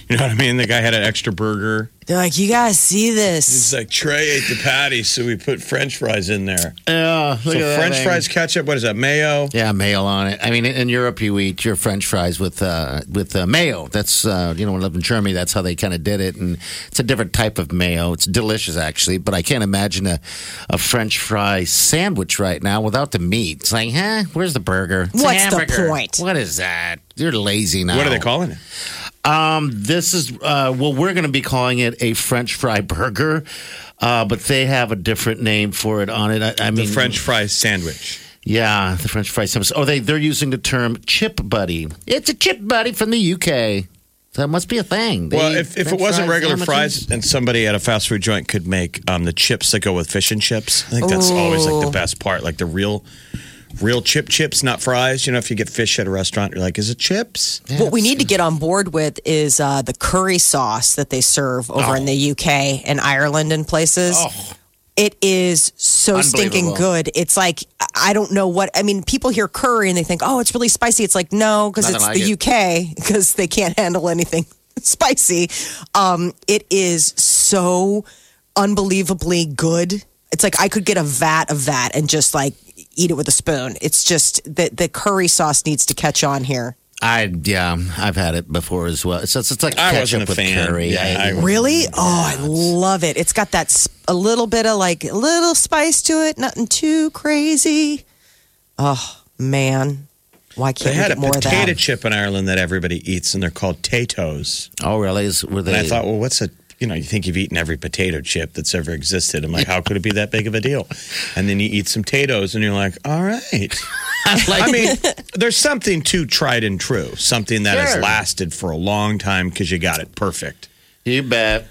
Speaker 5: You know what I mean? The guy had an extra burger.
Speaker 3: They're like, you gotta see this.
Speaker 5: It's like Trey ate the patty, so we put French fries in there.
Speaker 4: Yeah, look
Speaker 5: So
Speaker 4: at that
Speaker 5: French
Speaker 4: thing.
Speaker 5: fries, ketchup. What is that? Mayo.
Speaker 4: Yeah, mayo on it. I mean, in Europe, you eat your French fries with uh, with uh, mayo. That's uh, you know, when I lived in Germany, that's how they kind of did it, and it's a different type of mayo. It's delicious, actually, but I can't imagine a, a French fry sandwich right now without the meat. It's like, huh? Where's the burger? It's a
Speaker 3: What's the
Speaker 4: hamburger.
Speaker 3: point?
Speaker 4: What is that? You're lazy now.
Speaker 5: What are they calling it?
Speaker 4: This is uh, well, we're going to be calling it a French fry burger, uh, but they have a different name for it on it. I, I
Speaker 5: The
Speaker 4: mean,
Speaker 5: French fry sandwich.
Speaker 4: yeah, the French fry sandwich. Oh, they they're using the term chip buddy. It's a chip buddy from the UK. So that must be a thing. They
Speaker 5: well,
Speaker 4: eat
Speaker 5: if, if it
Speaker 4: French
Speaker 5: wasn't
Speaker 4: fry
Speaker 5: regular
Speaker 4: sandwiches.
Speaker 5: fries, and somebody at a fast food joint could make um, the chips that go with fish and chips, I think that's always like the best part. Like the real, real chip chips, not fries. You know, if you get fish at a restaurant, you're like, is it chips?
Speaker 3: What we need to get on board with is uh, the curry sauce that they serve over in
Speaker 4: Oh.
Speaker 3: the UK and Ireland and places. It is so stinking
Speaker 4: Unbelievable.
Speaker 3: good. It's like I- I don't know what I mean. People hear curry and they think, "Oh, it's really spicy." It's like no, because
Speaker 4: Nothing
Speaker 3: it's
Speaker 4: like
Speaker 3: the
Speaker 4: it.
Speaker 3: UK because they can't handle anything spicy. Um, it is so unbelievably good. It's like I could get a vat of that and just like eat it with a spoon. It's just that the curry sauce needs to catch on here.
Speaker 4: I yeah, I've had it before as well. So it's, it's like
Speaker 5: I
Speaker 4: ketchup
Speaker 5: wasn't a
Speaker 4: with
Speaker 5: fan.
Speaker 4: curry.
Speaker 5: Yeah, I-
Speaker 3: Really? Oh, I love it. It's got that sp- a little bit of like a little spice to it, nothing too crazy. Oh man, why can't
Speaker 5: They
Speaker 3: we
Speaker 5: had a
Speaker 3: get more of that?
Speaker 5: potato chip in Ireland that everybody eats, and they're called tatos.
Speaker 4: oh, really? Is, were they?
Speaker 5: And I thought, well, what's a you know, you think you've eaten every potato chip that's ever existed. I'm like, how could it be that big of a deal? And then you eat some potatoes and you're like, all right.
Speaker 4: like,
Speaker 5: I mean, there's something to tried and true, something that has
Speaker 4: Sure.
Speaker 5: lasted for a long time because you got it perfect.
Speaker 4: you bet.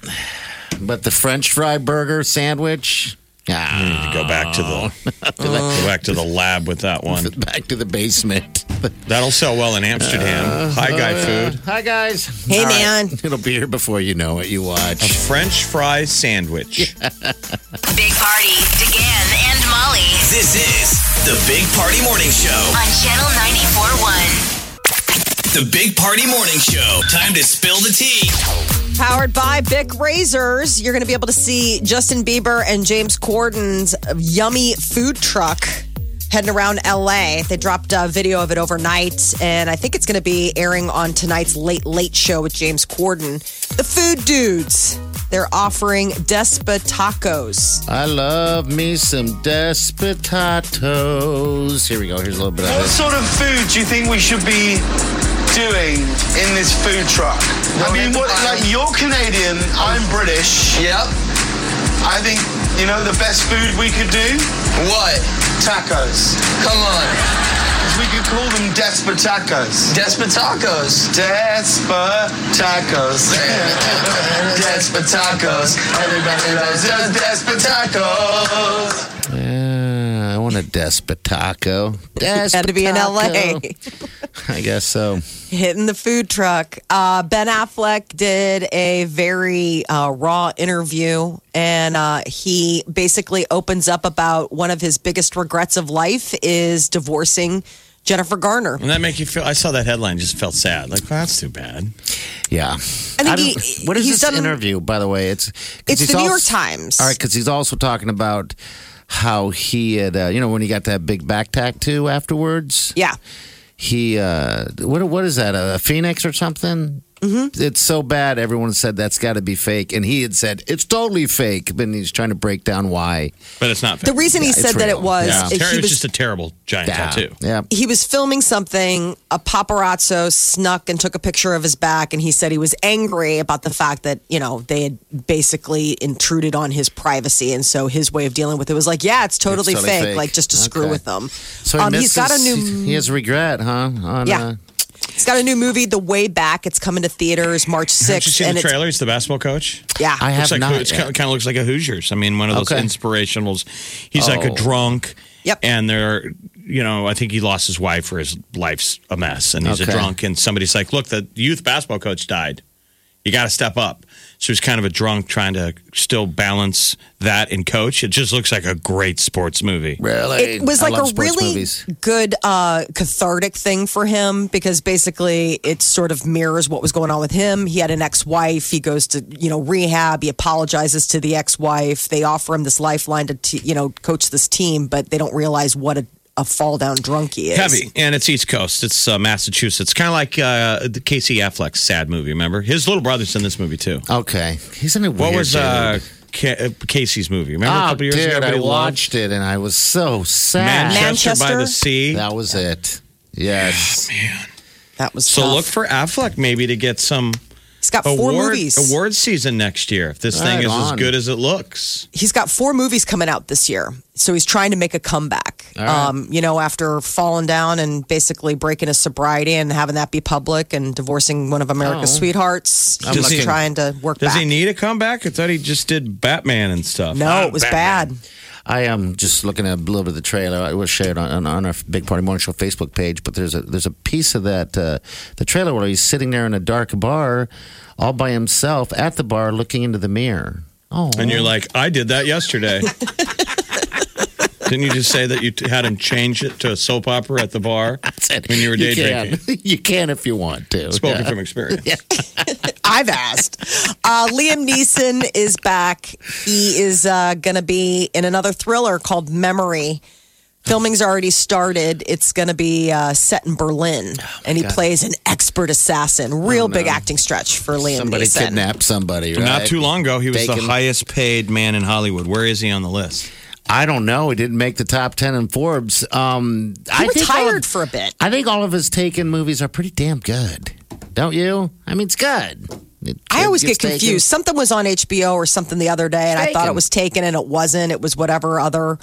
Speaker 4: But the French fry burger sandwich. Ah. Oh.
Speaker 5: You need to go back to the go back to the lab with that one.
Speaker 4: back to the basement. happen.
Speaker 5: That'll sell well in Amsterdam.
Speaker 4: Uh,
Speaker 5: Hi, guy food.
Speaker 4: Hi, guys.
Speaker 3: Hey,
Speaker 4: All right.
Speaker 3: man.
Speaker 4: It'll be here before you know it. You watch.
Speaker 5: French fry sandwich.
Speaker 2: Big Party, DeGan and Molly
Speaker 1: This is the Big Party Morning Show.
Speaker 2: on Channel 94.1.
Speaker 1: The Big Party Morning Show. Time to spill the tea.
Speaker 3: Powered by Bic Razors, you're going to be able to see Justin Bieber and James Corden's yummy food truck heading around LA. They dropped a video of it overnight, and I think it's going to be airing on tonight's Late Late Show with James Corden. The Food Dudes, they're offering Despa Tacos.
Speaker 4: I love me some despotatoes. Here we go. Here's a little bit of
Speaker 7: What
Speaker 4: it.
Speaker 7: sort of food do you think we should be doing in this food truck? I mean, what, like, you're Canadian, I'm British. um, Yep. I think, you know, the best food we could do? What? Tacos. Come on. We could call them Despa Tacos. Despa Tacos. Despa Tacos. Despa Tacos. Everybody loves us Despa Tacos.
Speaker 4: Yeah, I want a despotaco. Despotaco.
Speaker 3: And to be in LA.
Speaker 4: I guess so.
Speaker 3: the food truck. Uh, ben Affleck did a very uh, raw interview, and uh, he basically opens up about one of his biggest regrets of life is divorcing Jennifer Garner.
Speaker 4: Mm.
Speaker 5: And that make you feel? I saw that headline, just felt sad. Like, well, that's too bad.
Speaker 4: Yeah. I
Speaker 3: think
Speaker 4: don't-
Speaker 3: he-
Speaker 4: what is
Speaker 3: he's
Speaker 4: this
Speaker 3: done-
Speaker 4: interview, by the way? It's 'cause
Speaker 3: It's
Speaker 4: he's
Speaker 3: the New York
Speaker 4: also-
Speaker 3: Times.
Speaker 4: All right, because he's also talking about how he had, uh, you know, when he got that big back tattoo afterwards.
Speaker 3: Yeah.
Speaker 4: he uh what what is that a, phoenix or something mm-hmm. it's so bad everyone said that's got to be fake and he had said it's totally fake but he's trying to break down why
Speaker 5: But it's not.
Speaker 3: The reason he
Speaker 4: Yeah, it's
Speaker 3: said that it
Speaker 4: real.
Speaker 3: was
Speaker 5: Yeah.
Speaker 3: is
Speaker 5: Terry
Speaker 3: he
Speaker 5: was
Speaker 3: was
Speaker 5: just a terrible giant tattoo.
Speaker 4: yeah
Speaker 3: he was filming something. A paparazzo snuck and took a picture of his back, and he said he was angry about the fact that you know they had basically intruded on his privacy, and so his way of dealing with it was like, yeah, it's totally,
Speaker 4: totally
Speaker 3: fake,
Speaker 4: fake.
Speaker 3: like just to screw
Speaker 4: Okay.
Speaker 3: with them.
Speaker 4: so he
Speaker 3: um, he's got a
Speaker 4: misses-
Speaker 3: new
Speaker 4: he has regret huh on,
Speaker 3: yeah.
Speaker 4: uh,
Speaker 3: He's got a new movie, The Way Back. It's coming to theaters March
Speaker 5: Did you
Speaker 3: sixth,
Speaker 5: see
Speaker 3: and
Speaker 5: the
Speaker 3: it's
Speaker 5: trailer? He's the basketball coach.
Speaker 3: yeah.
Speaker 4: i
Speaker 5: Looks
Speaker 4: have
Speaker 5: like
Speaker 4: not
Speaker 5: it's
Speaker 4: yet.
Speaker 5: kind, of, kind of looks like a Hoosiers. I mean, one of those
Speaker 4: Okay.
Speaker 5: inspirationals. He's like a
Speaker 4: Oh.
Speaker 5: drunk.
Speaker 3: Yep.
Speaker 5: And they're, you know, I think he lost his wife or his life's a mess, and he's
Speaker 4: Okay.
Speaker 5: a drunk. And somebody's like, "Look, the youth basketball coach died. You got to step up." So he's kind of a drunk trying to still balance that and coach. It just looks like a great sports movie.
Speaker 4: really
Speaker 3: it was
Speaker 4: I
Speaker 3: like
Speaker 4: love
Speaker 3: a
Speaker 4: sports
Speaker 3: really
Speaker 4: movies.
Speaker 3: good uh, cathartic thing for him because basically it sort of mirrors what was going on with him. He had an ex-wife. He goes to you know rehab. He apologizes to the ex-wife. They offer him this lifeline to t- you know coach this team, but they don't realize what a, a fall down drunk he is.
Speaker 5: Heavy, and it's East Coast. It's uh, Massachusetts. Kind of like uh, the Casey Affleck's sad movie. Remember, his little brother's in this movie too.
Speaker 4: okay he's in a weird
Speaker 5: What was
Speaker 4: dude.
Speaker 5: uh, Ca- uh, Casey's movie? Remember a
Speaker 4: oh
Speaker 5: couple years
Speaker 4: dude
Speaker 5: ago?
Speaker 4: i
Speaker 5: everybody loved?
Speaker 4: watched it and i was so sad
Speaker 5: Manchester, by
Speaker 3: Manchester?
Speaker 5: the Sea.
Speaker 4: that was it yes
Speaker 3: That was
Speaker 5: So
Speaker 3: tough.
Speaker 5: look for Affleck maybe to get some
Speaker 3: He's got four
Speaker 5: award
Speaker 3: movies.
Speaker 5: award season next year if this thing
Speaker 4: Right
Speaker 5: is as
Speaker 4: on.
Speaker 5: good as it looks.
Speaker 3: he's got four movies coming out this year, so he's trying to make a comeback.
Speaker 4: right.
Speaker 3: Um, you know, after falling down and basically breaking his sobriety and having that be public and divorcing one of America's
Speaker 4: Oh.
Speaker 3: sweethearts,
Speaker 4: I'm
Speaker 3: he's
Speaker 4: looking-
Speaker 3: trying to work
Speaker 5: Does
Speaker 3: back.
Speaker 5: he need a comeback? I thought he just did Batman and stuff.
Speaker 3: no, it was bad.
Speaker 4: I am just looking at a little bit of the trailer. I was shared on, on, on our Big Party Morning Show Facebook page, but there's a there's a piece of that uh, the trailer where he's sitting there in a dark bar, all by himself at the bar, looking into the mirror. Oh,
Speaker 5: And you're like, I did that yesterday. Didn't you just say that you t- had him change it to a soap opera at the bar
Speaker 4: that's it.
Speaker 5: when you were day
Speaker 4: can.
Speaker 5: drinking?
Speaker 4: you can if you want to.
Speaker 5: Spoken
Speaker 4: Yeah.
Speaker 5: from experience.
Speaker 3: I've asked. Uh, Liam Neeson is back. He is uh, going to be in another thriller called Memory. Filming's already started. It's going to be uh, set in Berlin,
Speaker 4: Oh
Speaker 3: and he plays an expert assassin. Real big acting stretch for Liam
Speaker 4: Somebody
Speaker 3: Neeson.
Speaker 4: kidnapped somebody. Right?
Speaker 5: Not too long ago, he was the
Speaker 4: Taken-
Speaker 5: highest paid man in Hollywood. Where is he on the list?
Speaker 4: I don't know. He didn't make the top ten in Forbes. Um,
Speaker 3: He
Speaker 4: I think all
Speaker 3: retired
Speaker 4: of-
Speaker 3: for a bit.
Speaker 4: I think all of his Taken movies are pretty damn good. Don't you? I mean, it's good. It-
Speaker 3: I
Speaker 4: it
Speaker 3: always get
Speaker 4: gets taken.
Speaker 3: confused. Something was on HBO or something the other day, and I thought it
Speaker 4: Taken.
Speaker 3: was taken, and it wasn't. It was whatever other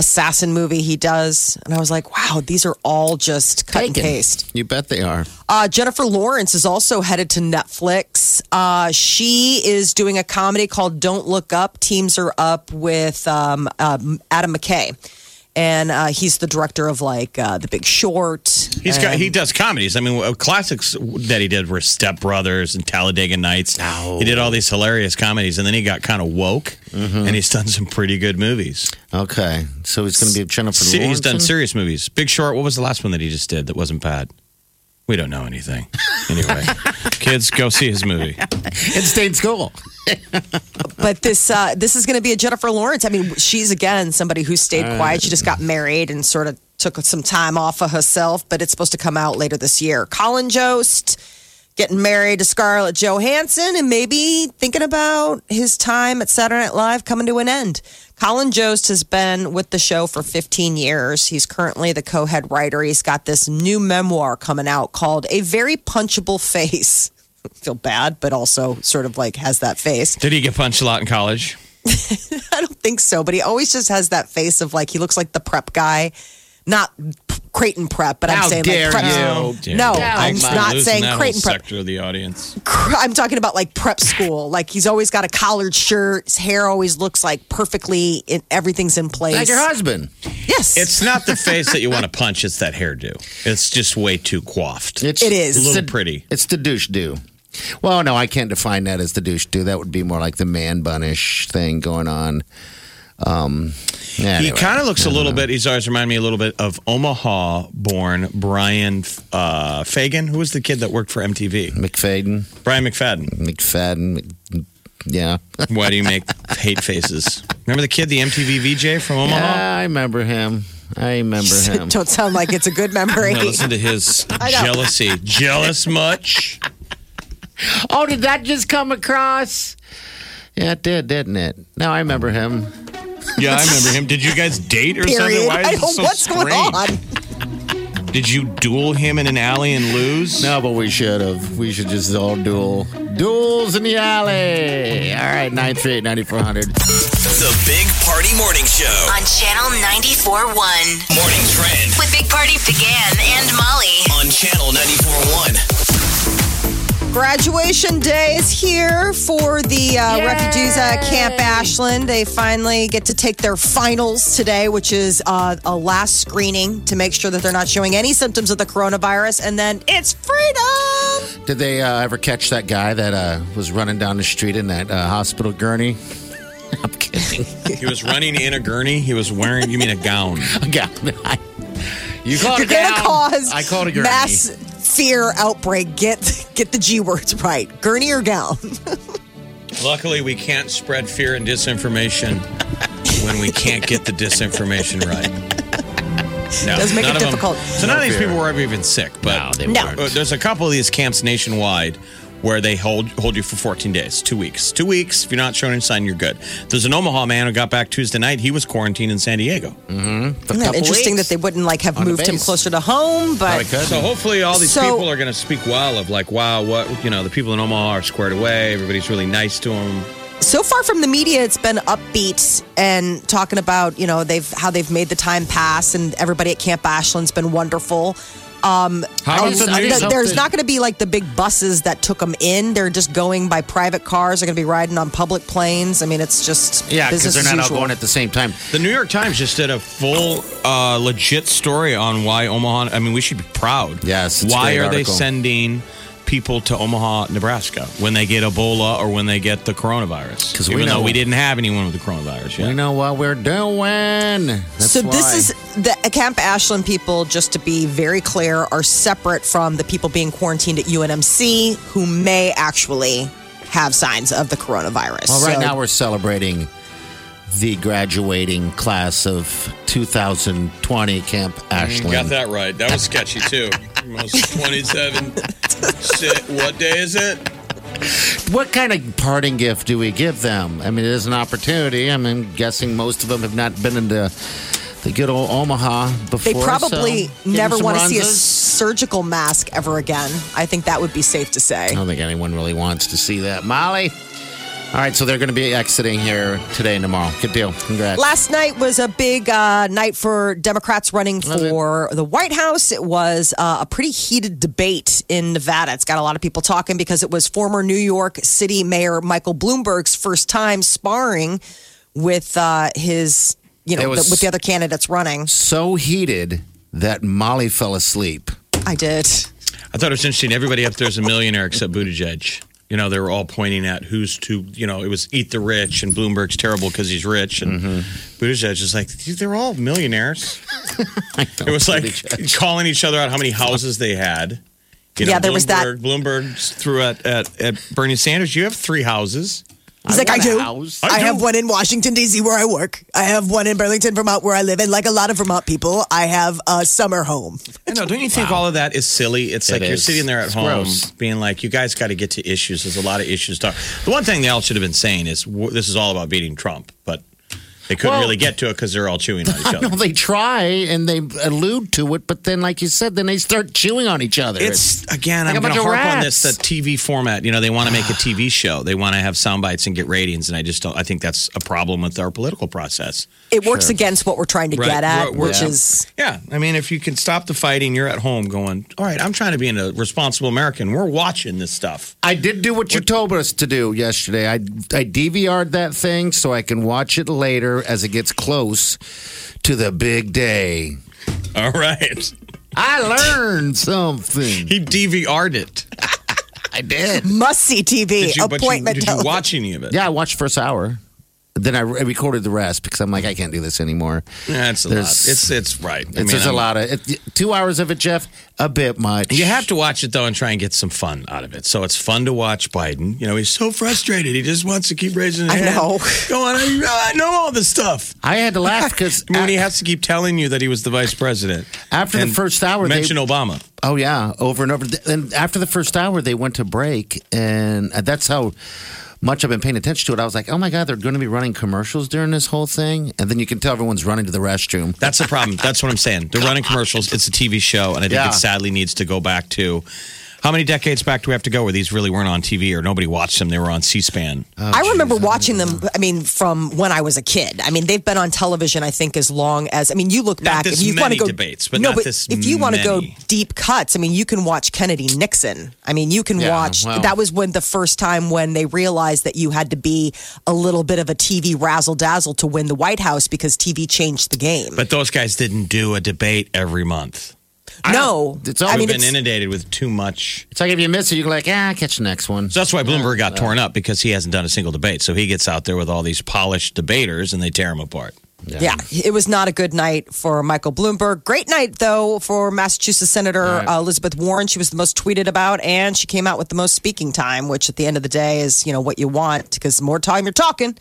Speaker 3: assassin movie he does, and I was like, "Wow, these are all just cut
Speaker 4: Taken.
Speaker 3: and paste."
Speaker 4: You bet they are.
Speaker 3: Uh, Jennifer Lawrence is also headed to Netflix. Uh, she is doing a comedy called "Don't Look Up." Teams are up with um, um, Adam McKay. and uh, he's the director of like uh, The Big Short.
Speaker 5: He's
Speaker 3: and-
Speaker 5: got, he does comedies. I mean, uh, classics that he did were Step Brothers and Talladega Nights. He did all these hilarious comedies, and then he got kind of woke,
Speaker 3: Mm-hmm.
Speaker 5: and he's done some pretty good movies.
Speaker 4: Okay, so he's going to be Jennifer
Speaker 5: Se- he's
Speaker 4: Lawrence.
Speaker 5: done serious movies. Big Short. What was the last one that he just did that wasn't bad? We don't know anything. Anyway, kids, go see his movie.
Speaker 4: and stay in school.
Speaker 3: but this uh, this is going to be a Jennifer Lawrence. I mean, she's again somebody who stayed quiet. She just got married and sort of took some time off of herself. But it's supposed to come out later this year. Colin Jost getting married to Scarlett Johansson and maybe thinking about his time at Saturday Night Live coming to an end. Colin Jost has been with the show for 15 years. He's currently the co-head writer. He's got this new memoir coming out called A Very Punchable Face. Feel bad, but also sort of like has that face.
Speaker 5: Did he get punched a lot in college?
Speaker 3: I don't think so, but he always just has that face of like he looks like the prep guy, not p- Creighton prep, but I'm
Speaker 4: How
Speaker 3: saying
Speaker 4: dare
Speaker 3: like prep.
Speaker 4: you.
Speaker 3: No, I'm
Speaker 5: Thanks for
Speaker 3: not
Speaker 5: losing
Speaker 3: saying
Speaker 5: that whole
Speaker 3: Creighton prep.
Speaker 5: sector of the audience.
Speaker 3: Cr- I'm talking about like prep school. Like he's always got a collared shirt. His hair always looks like perfectly. In, everything's in place.
Speaker 4: Like your husband.
Speaker 3: yes,
Speaker 5: It's not the face that you want to punch, it's that hairdo. It's just way too coiffed.
Speaker 4: It's,
Speaker 3: It is.
Speaker 5: a little
Speaker 4: the-
Speaker 5: pretty.
Speaker 4: It's the douche do. Well, no, I can't define that as the douche do. That would be more like the man bunish thing going on. Um,
Speaker 5: He
Speaker 4: anyway.
Speaker 5: kind of looks a little bit, he's always reminded me a little bit of Omaha born Brian uh, Fagan, who was the kid that worked for MTV.
Speaker 4: McFadden,
Speaker 5: Brian McFadden.
Speaker 4: McFadden, Mc, yeah.
Speaker 5: Why do you make hate faces? Remember the kid, the MTV VJ from Omaha?
Speaker 4: yeah, I remember him. I remember him.
Speaker 3: don't sound like it's a good memory.
Speaker 5: Now listen to his
Speaker 3: know.
Speaker 5: jealousy. Jealous much?
Speaker 4: Oh, did that just come across? Yeah, it did, didn't it? No, I remember him.
Speaker 5: Yeah, I remember him. Did you guys date or
Speaker 3: Period.
Speaker 5: something? Why is
Speaker 3: I
Speaker 5: this
Speaker 3: don't.
Speaker 5: so
Speaker 3: what's going
Speaker 5: strange?
Speaker 3: on?
Speaker 5: Did you duel him in an alley and lose?
Speaker 4: No, but we should have. We should just all duel. Duels in the alley. All right, 938 9400.
Speaker 1: The Big Party Morning Show.
Speaker 2: On Channel 94.1.
Speaker 1: Morning Trend
Speaker 2: With Big Party began and Molly.
Speaker 1: on Channel 94.1.
Speaker 3: Graduation day is here for the uh, refugees at Camp Ashland. They finally get to take their finals today, which is uh, a last screening to make sure that they're not showing any symptoms of the coronavirus. And then it's freedom.
Speaker 4: Did they uh, ever catch that guy that uh, was running down the street in that uh, hospital gurney? I'm kidding.
Speaker 5: He was running in a gurney. He was wearing, you mean a gown.
Speaker 4: Yeah, I- you called
Speaker 3: You're
Speaker 4: it
Speaker 3: going to
Speaker 4: down.
Speaker 3: cause
Speaker 4: I called a gurney.
Speaker 3: mass fear outbreak. Get get the G words right. Gurney or gown.
Speaker 5: Luckily, we can't spread fear and disinformation when we can't get the disinformation right. No,
Speaker 3: Does make
Speaker 5: none of
Speaker 3: it
Speaker 5: them-
Speaker 3: difficult.
Speaker 5: so none of these
Speaker 4: fear.
Speaker 5: people were ever even sick, but
Speaker 4: they
Speaker 3: No.
Speaker 5: Uh, there's a couple of these camps nationwide where they hold hold you for 14 days, two weeks, two weeks. If you're not showing any sign, you're good. There's an Omaha man who got back Tuesday night. He was quarantined in San Diego.
Speaker 3: Isn't that interesting that they wouldn't like have
Speaker 4: On the
Speaker 3: moved him
Speaker 4: base.
Speaker 3: closer to home? But
Speaker 5: So hopefully all these
Speaker 3: So-
Speaker 5: people are going to speak well of like, wow, what you know, the people in Omaha are squared away. Everybody's really nice to them.
Speaker 3: so far from the media it's been upbeat and talking about you know they've how they've made the time pass and everybody at camp ashland's been wonderful um
Speaker 4: How
Speaker 3: and
Speaker 4: is the
Speaker 3: th-
Speaker 4: news
Speaker 3: there's
Speaker 4: upbeat?
Speaker 3: not going to be like the big buses that took them in they're just going by private cars they're going to be riding on public planes i mean it's just
Speaker 4: Yeah, because
Speaker 3: business
Speaker 4: they're not
Speaker 3: as
Speaker 4: all
Speaker 3: usual.
Speaker 4: going at the same time.
Speaker 5: The New York Times just did a full, uh, legit story on why Omaha. I mean, we should be proud.
Speaker 4: Yes, it's a
Speaker 5: Why
Speaker 4: great
Speaker 5: are they
Speaker 4: article.
Speaker 5: sending people to Omaha, Nebraska, when they get Ebola or when they get the coronavirus?
Speaker 4: 'Cause we
Speaker 5: Even
Speaker 4: know-
Speaker 5: though we didn't have anyone with the coronavirus yet.
Speaker 4: We know what we're doing. That's
Speaker 3: so this
Speaker 4: why.
Speaker 3: is the uh, Camp Ashland people, just to be very clear, are separate from the people being quarantined at UNMC who may actually have signs of the coronavirus.
Speaker 4: Well, right
Speaker 3: So-
Speaker 4: now we're celebrating the graduating class of 2020 Camp Ashland.
Speaker 5: Mm, Got that right. That was sketchy too. Most 27. Shit, what day is it?
Speaker 4: What kind of parting gift do we give them? I mean, it is an opportunity. I mean, guessing most of them have not been into the good old Omaha before.
Speaker 3: They probably
Speaker 4: so give them
Speaker 3: never
Speaker 4: some
Speaker 3: want to see a
Speaker 4: Ronzas.
Speaker 3: surgical mask ever again. I think that would be safe to say.
Speaker 4: I don't think anyone really wants to see that. Molly? All right, so they're going to be exiting here today and tomorrow. Good deal. Congrats.
Speaker 3: Last night was a big uh, night for Democrats running for the White House. It was uh, a pretty heated debate in Nevada. It's got a lot of people talking because it was former New York City Mayor Michael Bloomberg's first time sparring with uh, his you know,
Speaker 4: It was-
Speaker 3: the, with the other candidates running.
Speaker 4: So heated that Molly fell asleep.
Speaker 3: I did.
Speaker 5: I thought it was interesting. Everybody up there is a millionaire except Buttigieg. You know, they were all pointing at who's too. You know, it was eat the rich, and Bloomberg's terrible because he's rich, and Buttigieg is like "Dude, they're all millionaires. it was like calling each other out how many houses they had. You
Speaker 3: Yeah, there was that-
Speaker 5: Bloomberg- Bloomberg threw at, at at Bernie Sanders. You have three houses.
Speaker 3: He's like, I
Speaker 4: want a
Speaker 3: do.
Speaker 4: house.
Speaker 3: I,
Speaker 5: I do."
Speaker 3: have one in Washington, D.C., where I work. I have one in Burlington, Vermont, where I live. And like a lot of Vermont people, I have a summer home.
Speaker 5: I know. Don't you think all of that is silly? It's like
Speaker 4: It
Speaker 5: you're
Speaker 4: is.
Speaker 5: sitting there at
Speaker 4: It's
Speaker 5: home
Speaker 4: gross.
Speaker 5: being like, you guys got to get to issues. There's a lot of issues. To talk. The one thing they all should have been saying is w- this is all about beating Trump, but they couldn't
Speaker 4: Well-
Speaker 5: really get to it because they're all chewing on each
Speaker 4: I know
Speaker 5: other.
Speaker 4: they try and they allude to it, but then, like you said, then they start chewing on each other.
Speaker 5: It's again,
Speaker 4: Like
Speaker 5: I'm
Speaker 4: a
Speaker 5: going
Speaker 4: bunch
Speaker 5: to
Speaker 4: of
Speaker 5: harp on this
Speaker 4: rats.
Speaker 5: the TV format. You know, they want to make a TV show. They want to have sound bites and get ratings, and I just don't. I think that's a problem with our political process.
Speaker 3: It works against what we're trying to
Speaker 5: Right.
Speaker 3: get at,
Speaker 5: We're- we're-
Speaker 3: which
Speaker 5: Yeah.
Speaker 3: is
Speaker 5: Yeah, I mean, if you can stop the fighting, you're at home going, "All right, I'm trying to be a responsible American. We're watching this stuff."
Speaker 4: I did do what you told us to do yesterday. I I DVR'd that thing so I can watch it later as it gets close to the big day.
Speaker 5: All right,
Speaker 4: I learned something.
Speaker 5: he DVR'd it.
Speaker 4: I did.
Speaker 3: must see TV,
Speaker 5: Did you, but you,
Speaker 3: appointment
Speaker 5: did you
Speaker 3: television.
Speaker 5: watch any of it?
Speaker 4: Yeah, I watched first hour. Then I re- recorded the rest because I'm like, I can't do this anymore.
Speaker 5: that's a lot.
Speaker 4: There's-
Speaker 5: It's it's right. I mean,
Speaker 4: It's just a
Speaker 5: I'm-
Speaker 4: lot of it, two hours of it, Jeff. A bit much.
Speaker 5: You have to watch it though and try and get some fun out of it. So it's fun to watch Biden. You know, he's so frustrated. He just wants to keep raising his
Speaker 3: I
Speaker 5: hand.
Speaker 3: know.
Speaker 5: Go on, I, I know all this stuff.
Speaker 4: I had to laugh because
Speaker 5: I mean, he has to keep telling you that he was the vice president.
Speaker 4: after the
Speaker 5: And
Speaker 4: first hour, they,
Speaker 5: mention Obama.
Speaker 4: Oh yeah, over and over. And after the first hour, they went to break, and uh, that's how much I've been paying attention to it. I was like, oh my god, they're going to be running commercials during this whole thing, and then you can tell everyone's running to the restroom.
Speaker 5: That's the problem. That's what I'm saying. They're running commercials. It's a TV show, and I think
Speaker 4: Yeah.
Speaker 5: it sadly needs to go back to how many decades back do we have to go where these really weren't on TV or nobody watched them? They were on C-SPAN.
Speaker 3: I remember watching them. I mean, from when I was a kid. I mean, they've been on television. I think as long as I mean, you look
Speaker 5: Not
Speaker 3: back.
Speaker 5: this
Speaker 3: if you want
Speaker 5: many
Speaker 3: to go
Speaker 5: debates, but
Speaker 3: no,
Speaker 5: not
Speaker 3: but
Speaker 5: this
Speaker 3: if you want to go
Speaker 5: many.
Speaker 3: deep cuts, I mean, you can watch Kennedy Nixon. I mean, you can
Speaker 4: Yeah,
Speaker 3: watch.
Speaker 4: wow.
Speaker 3: That was when the first time when they realized that you had to be a little bit of a TV razzle dazzle to win the White House because TV changed the game.
Speaker 5: But those guys didn't do a debate every month.
Speaker 4: I
Speaker 3: no,
Speaker 4: don't- It's
Speaker 3: I
Speaker 4: always
Speaker 5: We've
Speaker 3: mean,
Speaker 5: been
Speaker 3: it's-
Speaker 5: inundated with too much.
Speaker 4: It's like if you miss it, you're like, ah, catch the next one.
Speaker 5: So that's why Bloomberg got torn up because he hasn't done a single debate. So he gets out there with all these polished debaters and they tear him apart.
Speaker 3: Yeah, it was not a good night for Michael Bloomberg. Great night, though, for Massachusetts Senator uh, Elizabeth Warren. She was the most tweeted about, and she came out with the most speaking time, which at the end of the day is, you know, what you want because the more time you're talking,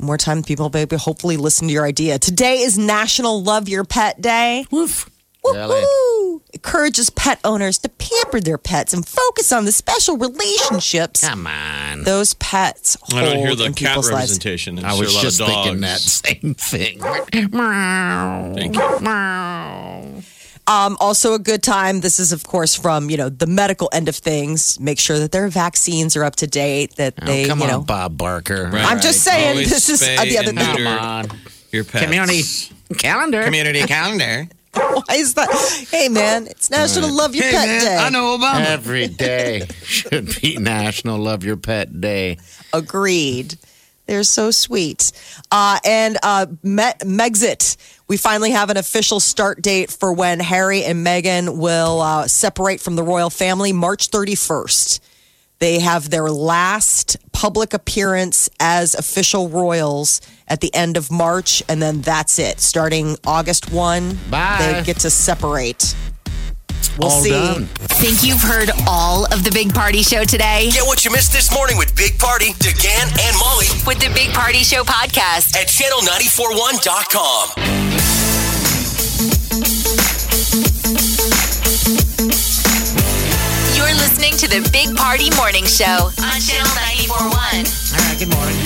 Speaker 3: the more time people maybe hopefully listen to your idea. Today is National Love Your Pet Day.
Speaker 4: Woof. Really?
Speaker 3: Woo! Encourages pet owners to pamper their pets and focus on the special relationships
Speaker 4: Come on.
Speaker 3: those pets hold
Speaker 5: I don't hear the
Speaker 3: in
Speaker 5: cat
Speaker 3: people's lives.
Speaker 5: representation.
Speaker 4: I was just thinking that same thing. Meow.
Speaker 5: Thank you.
Speaker 4: Meow.
Speaker 3: Um, also a good time. This is, of course, from you know the medical end of things. Make sure that their vaccines are up to date. That they,
Speaker 4: Oh, come
Speaker 3: you
Speaker 4: on,
Speaker 3: know,
Speaker 4: Bob Barker.
Speaker 3: I'm just saying
Speaker 5: Always
Speaker 3: this is uh,
Speaker 5: spay
Speaker 3: the other
Speaker 5: and
Speaker 3: thing.
Speaker 4: Come
Speaker 5: neuter.
Speaker 4: on.
Speaker 5: Your pets.
Speaker 4: Community calendar.
Speaker 5: Community calendar.
Speaker 3: Why is that? Hey, man, it's National Love Your Pet Day.
Speaker 5: know Obama.
Speaker 4: Every day should be National Love Your Pet Day.
Speaker 3: Agreed. They're so sweet. Uh, and uh, Me- Megxit, we finally have an official start date for when Harry and Meghan will uh, separate from the royal family, March 31st. They have their last public appearance as official royals at the end of March, and then that's it. Starting August 1,
Speaker 4: Bye.
Speaker 3: they get to separate. We'll
Speaker 4: All
Speaker 3: see.
Speaker 4: done.
Speaker 2: Think you've heard all of the Big Party Show today?
Speaker 1: Get what you missed this morning with Big Party, DeGan, and Molly
Speaker 2: With the Big Party Show podcast.
Speaker 1: at channel941.com.
Speaker 2: You're listening to the Big Party Morning Show on Channel 941.
Speaker 4: All right, good morning.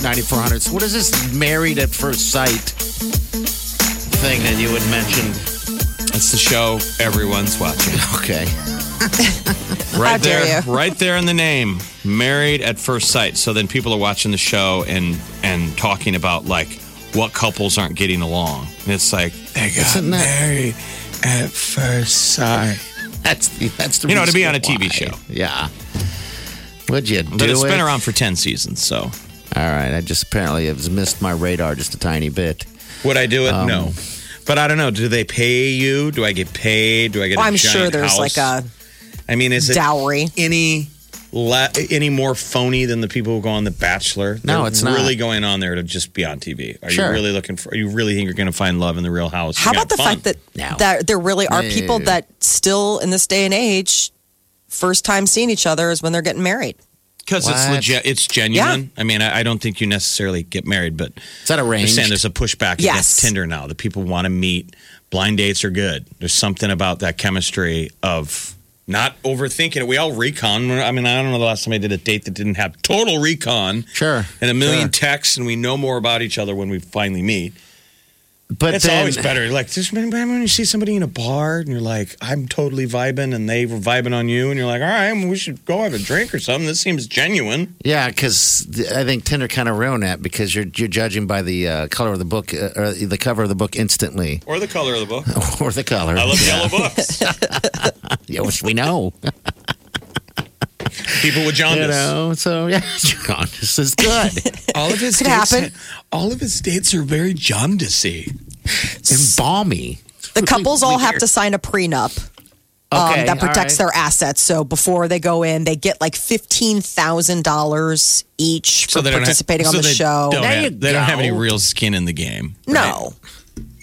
Speaker 4: 938 9400. So, what is this married at first sight thing that you had mentioned?
Speaker 5: That's the show everyone's watching.
Speaker 4: Okay.
Speaker 5: Right
Speaker 3: How dare
Speaker 5: there,
Speaker 3: you.
Speaker 5: right there in the name, married at first sight. So then people are watching the show and and talking about like what couples aren't getting along, and it's like they got
Speaker 4: Isn't that-
Speaker 5: married at first sight.
Speaker 4: That's the, that's the
Speaker 5: You know, to be
Speaker 4: reason
Speaker 5: on a TV
Speaker 4: why.
Speaker 5: show.
Speaker 4: Yeah. Would you do
Speaker 5: But it's
Speaker 4: it?
Speaker 5: been around for ten seasons, so
Speaker 4: All right. I just apparently have missed my radar just a tiny bit.
Speaker 5: Would I do it?
Speaker 4: Um,
Speaker 5: no. But I don't know. Do they pay you? Do I get paid? Do I get?
Speaker 3: Well,
Speaker 5: i
Speaker 3: I'm sure there's like a
Speaker 5: I mean, is it
Speaker 3: dowry.
Speaker 5: any le- any more phony than the people who go on The Bachelor?
Speaker 4: No,
Speaker 5: They're
Speaker 4: it's not.
Speaker 5: really going on there to just be on TV. Are
Speaker 4: Sure.
Speaker 5: you really looking for? Are you really think you're going to find love in the Real House?
Speaker 3: How
Speaker 5: You're
Speaker 3: about the
Speaker 5: gonna have
Speaker 3: fact that,
Speaker 4: No.
Speaker 3: that there really are people
Speaker 4: No.
Speaker 3: that still in this day and age, first time seeing each other is when they're getting married.
Speaker 5: because it's
Speaker 4: What?
Speaker 5: legit, it's genuine. I mean, I, I don't think you necessarily get married, but
Speaker 4: Is that
Speaker 5: They're
Speaker 4: arranged?
Speaker 5: saying there's a pushback
Speaker 3: Yes.
Speaker 5: against Tinder now. That people want to meet. Blind dates are good. There's something about that chemistry of not overthinking it. We all recon. I mean, I don't know the last time I did a date that didn't have total recon.
Speaker 4: Sure,
Speaker 5: And a million
Speaker 4: sure.
Speaker 5: texts, and we know more about each other when we finally meet.
Speaker 4: But
Speaker 5: it's
Speaker 4: then,
Speaker 5: always better. Like, just remember when you see somebody in a bar and you're like, I'm totally vibing, and they were vibing on you, and you're like, all right, well, we should go have a drink or something. This seems genuine.
Speaker 4: Yeah, because I think Tinder kind of ruined that because you're you're judging by the uh, color of the book uh, or the cover of the book instantly,
Speaker 5: Or the color of the book.
Speaker 4: or the color.
Speaker 5: I love
Speaker 4: yeah.
Speaker 5: yellow books.
Speaker 4: Yeah, which we know.
Speaker 5: People with jaundice.
Speaker 4: you know, so yeah, jaundice is good.
Speaker 5: All of his
Speaker 3: Could dates- happen.
Speaker 5: All of his dates are very jaundicey.
Speaker 4: and balmy.
Speaker 3: The couples all have to sign a prenup.
Speaker 5: Um,
Speaker 3: um,
Speaker 4: Okay,
Speaker 3: that protects
Speaker 4: all
Speaker 3: their assets. So before they go in, they get like fifteen thousand dollars each for
Speaker 5: don't have-
Speaker 3: participating on
Speaker 5: so
Speaker 3: the
Speaker 5: they
Speaker 3: show.
Speaker 5: don't
Speaker 4: There
Speaker 5: have-
Speaker 4: you
Speaker 5: they don't have any
Speaker 4: go.
Speaker 5: real skin in the game.
Speaker 3: No.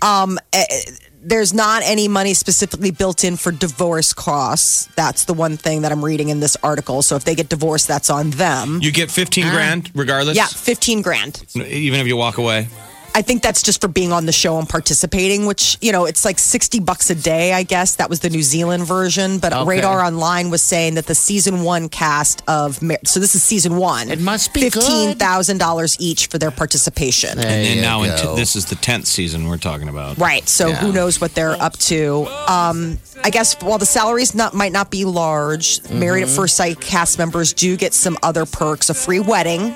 Speaker 3: Um, eh, eh, there's not any money specifically built in for divorce costs. That's the one thing that I'm reading in this article. So if they get divorced, that's on them.
Speaker 5: You get 15
Speaker 3: Uh-huh.
Speaker 5: grand regardless?
Speaker 3: Yeah, 15 grand.
Speaker 5: Even if you walk away?
Speaker 3: I think that's just for being on the show and participating, which, you know, it's like 60 bucks a day, I guess. That was the New Zealand version. But
Speaker 4: Okay.
Speaker 3: Radar Online was saying that the season one cast of, Mar- so this is season one.
Speaker 4: It must be good.
Speaker 3: $15,000 each for their participation.
Speaker 4: There
Speaker 5: and
Speaker 4: you
Speaker 5: now in
Speaker 4: go.
Speaker 5: t- this is the 10th season we're talking about.
Speaker 3: Right. So who
Speaker 4: Yeah.
Speaker 3: knows what they're up to? Um, I guess while the salaries not might not be large, Married at
Speaker 4: Mm-hmm.
Speaker 3: First Sight cast members do get some other perks, a free wedding.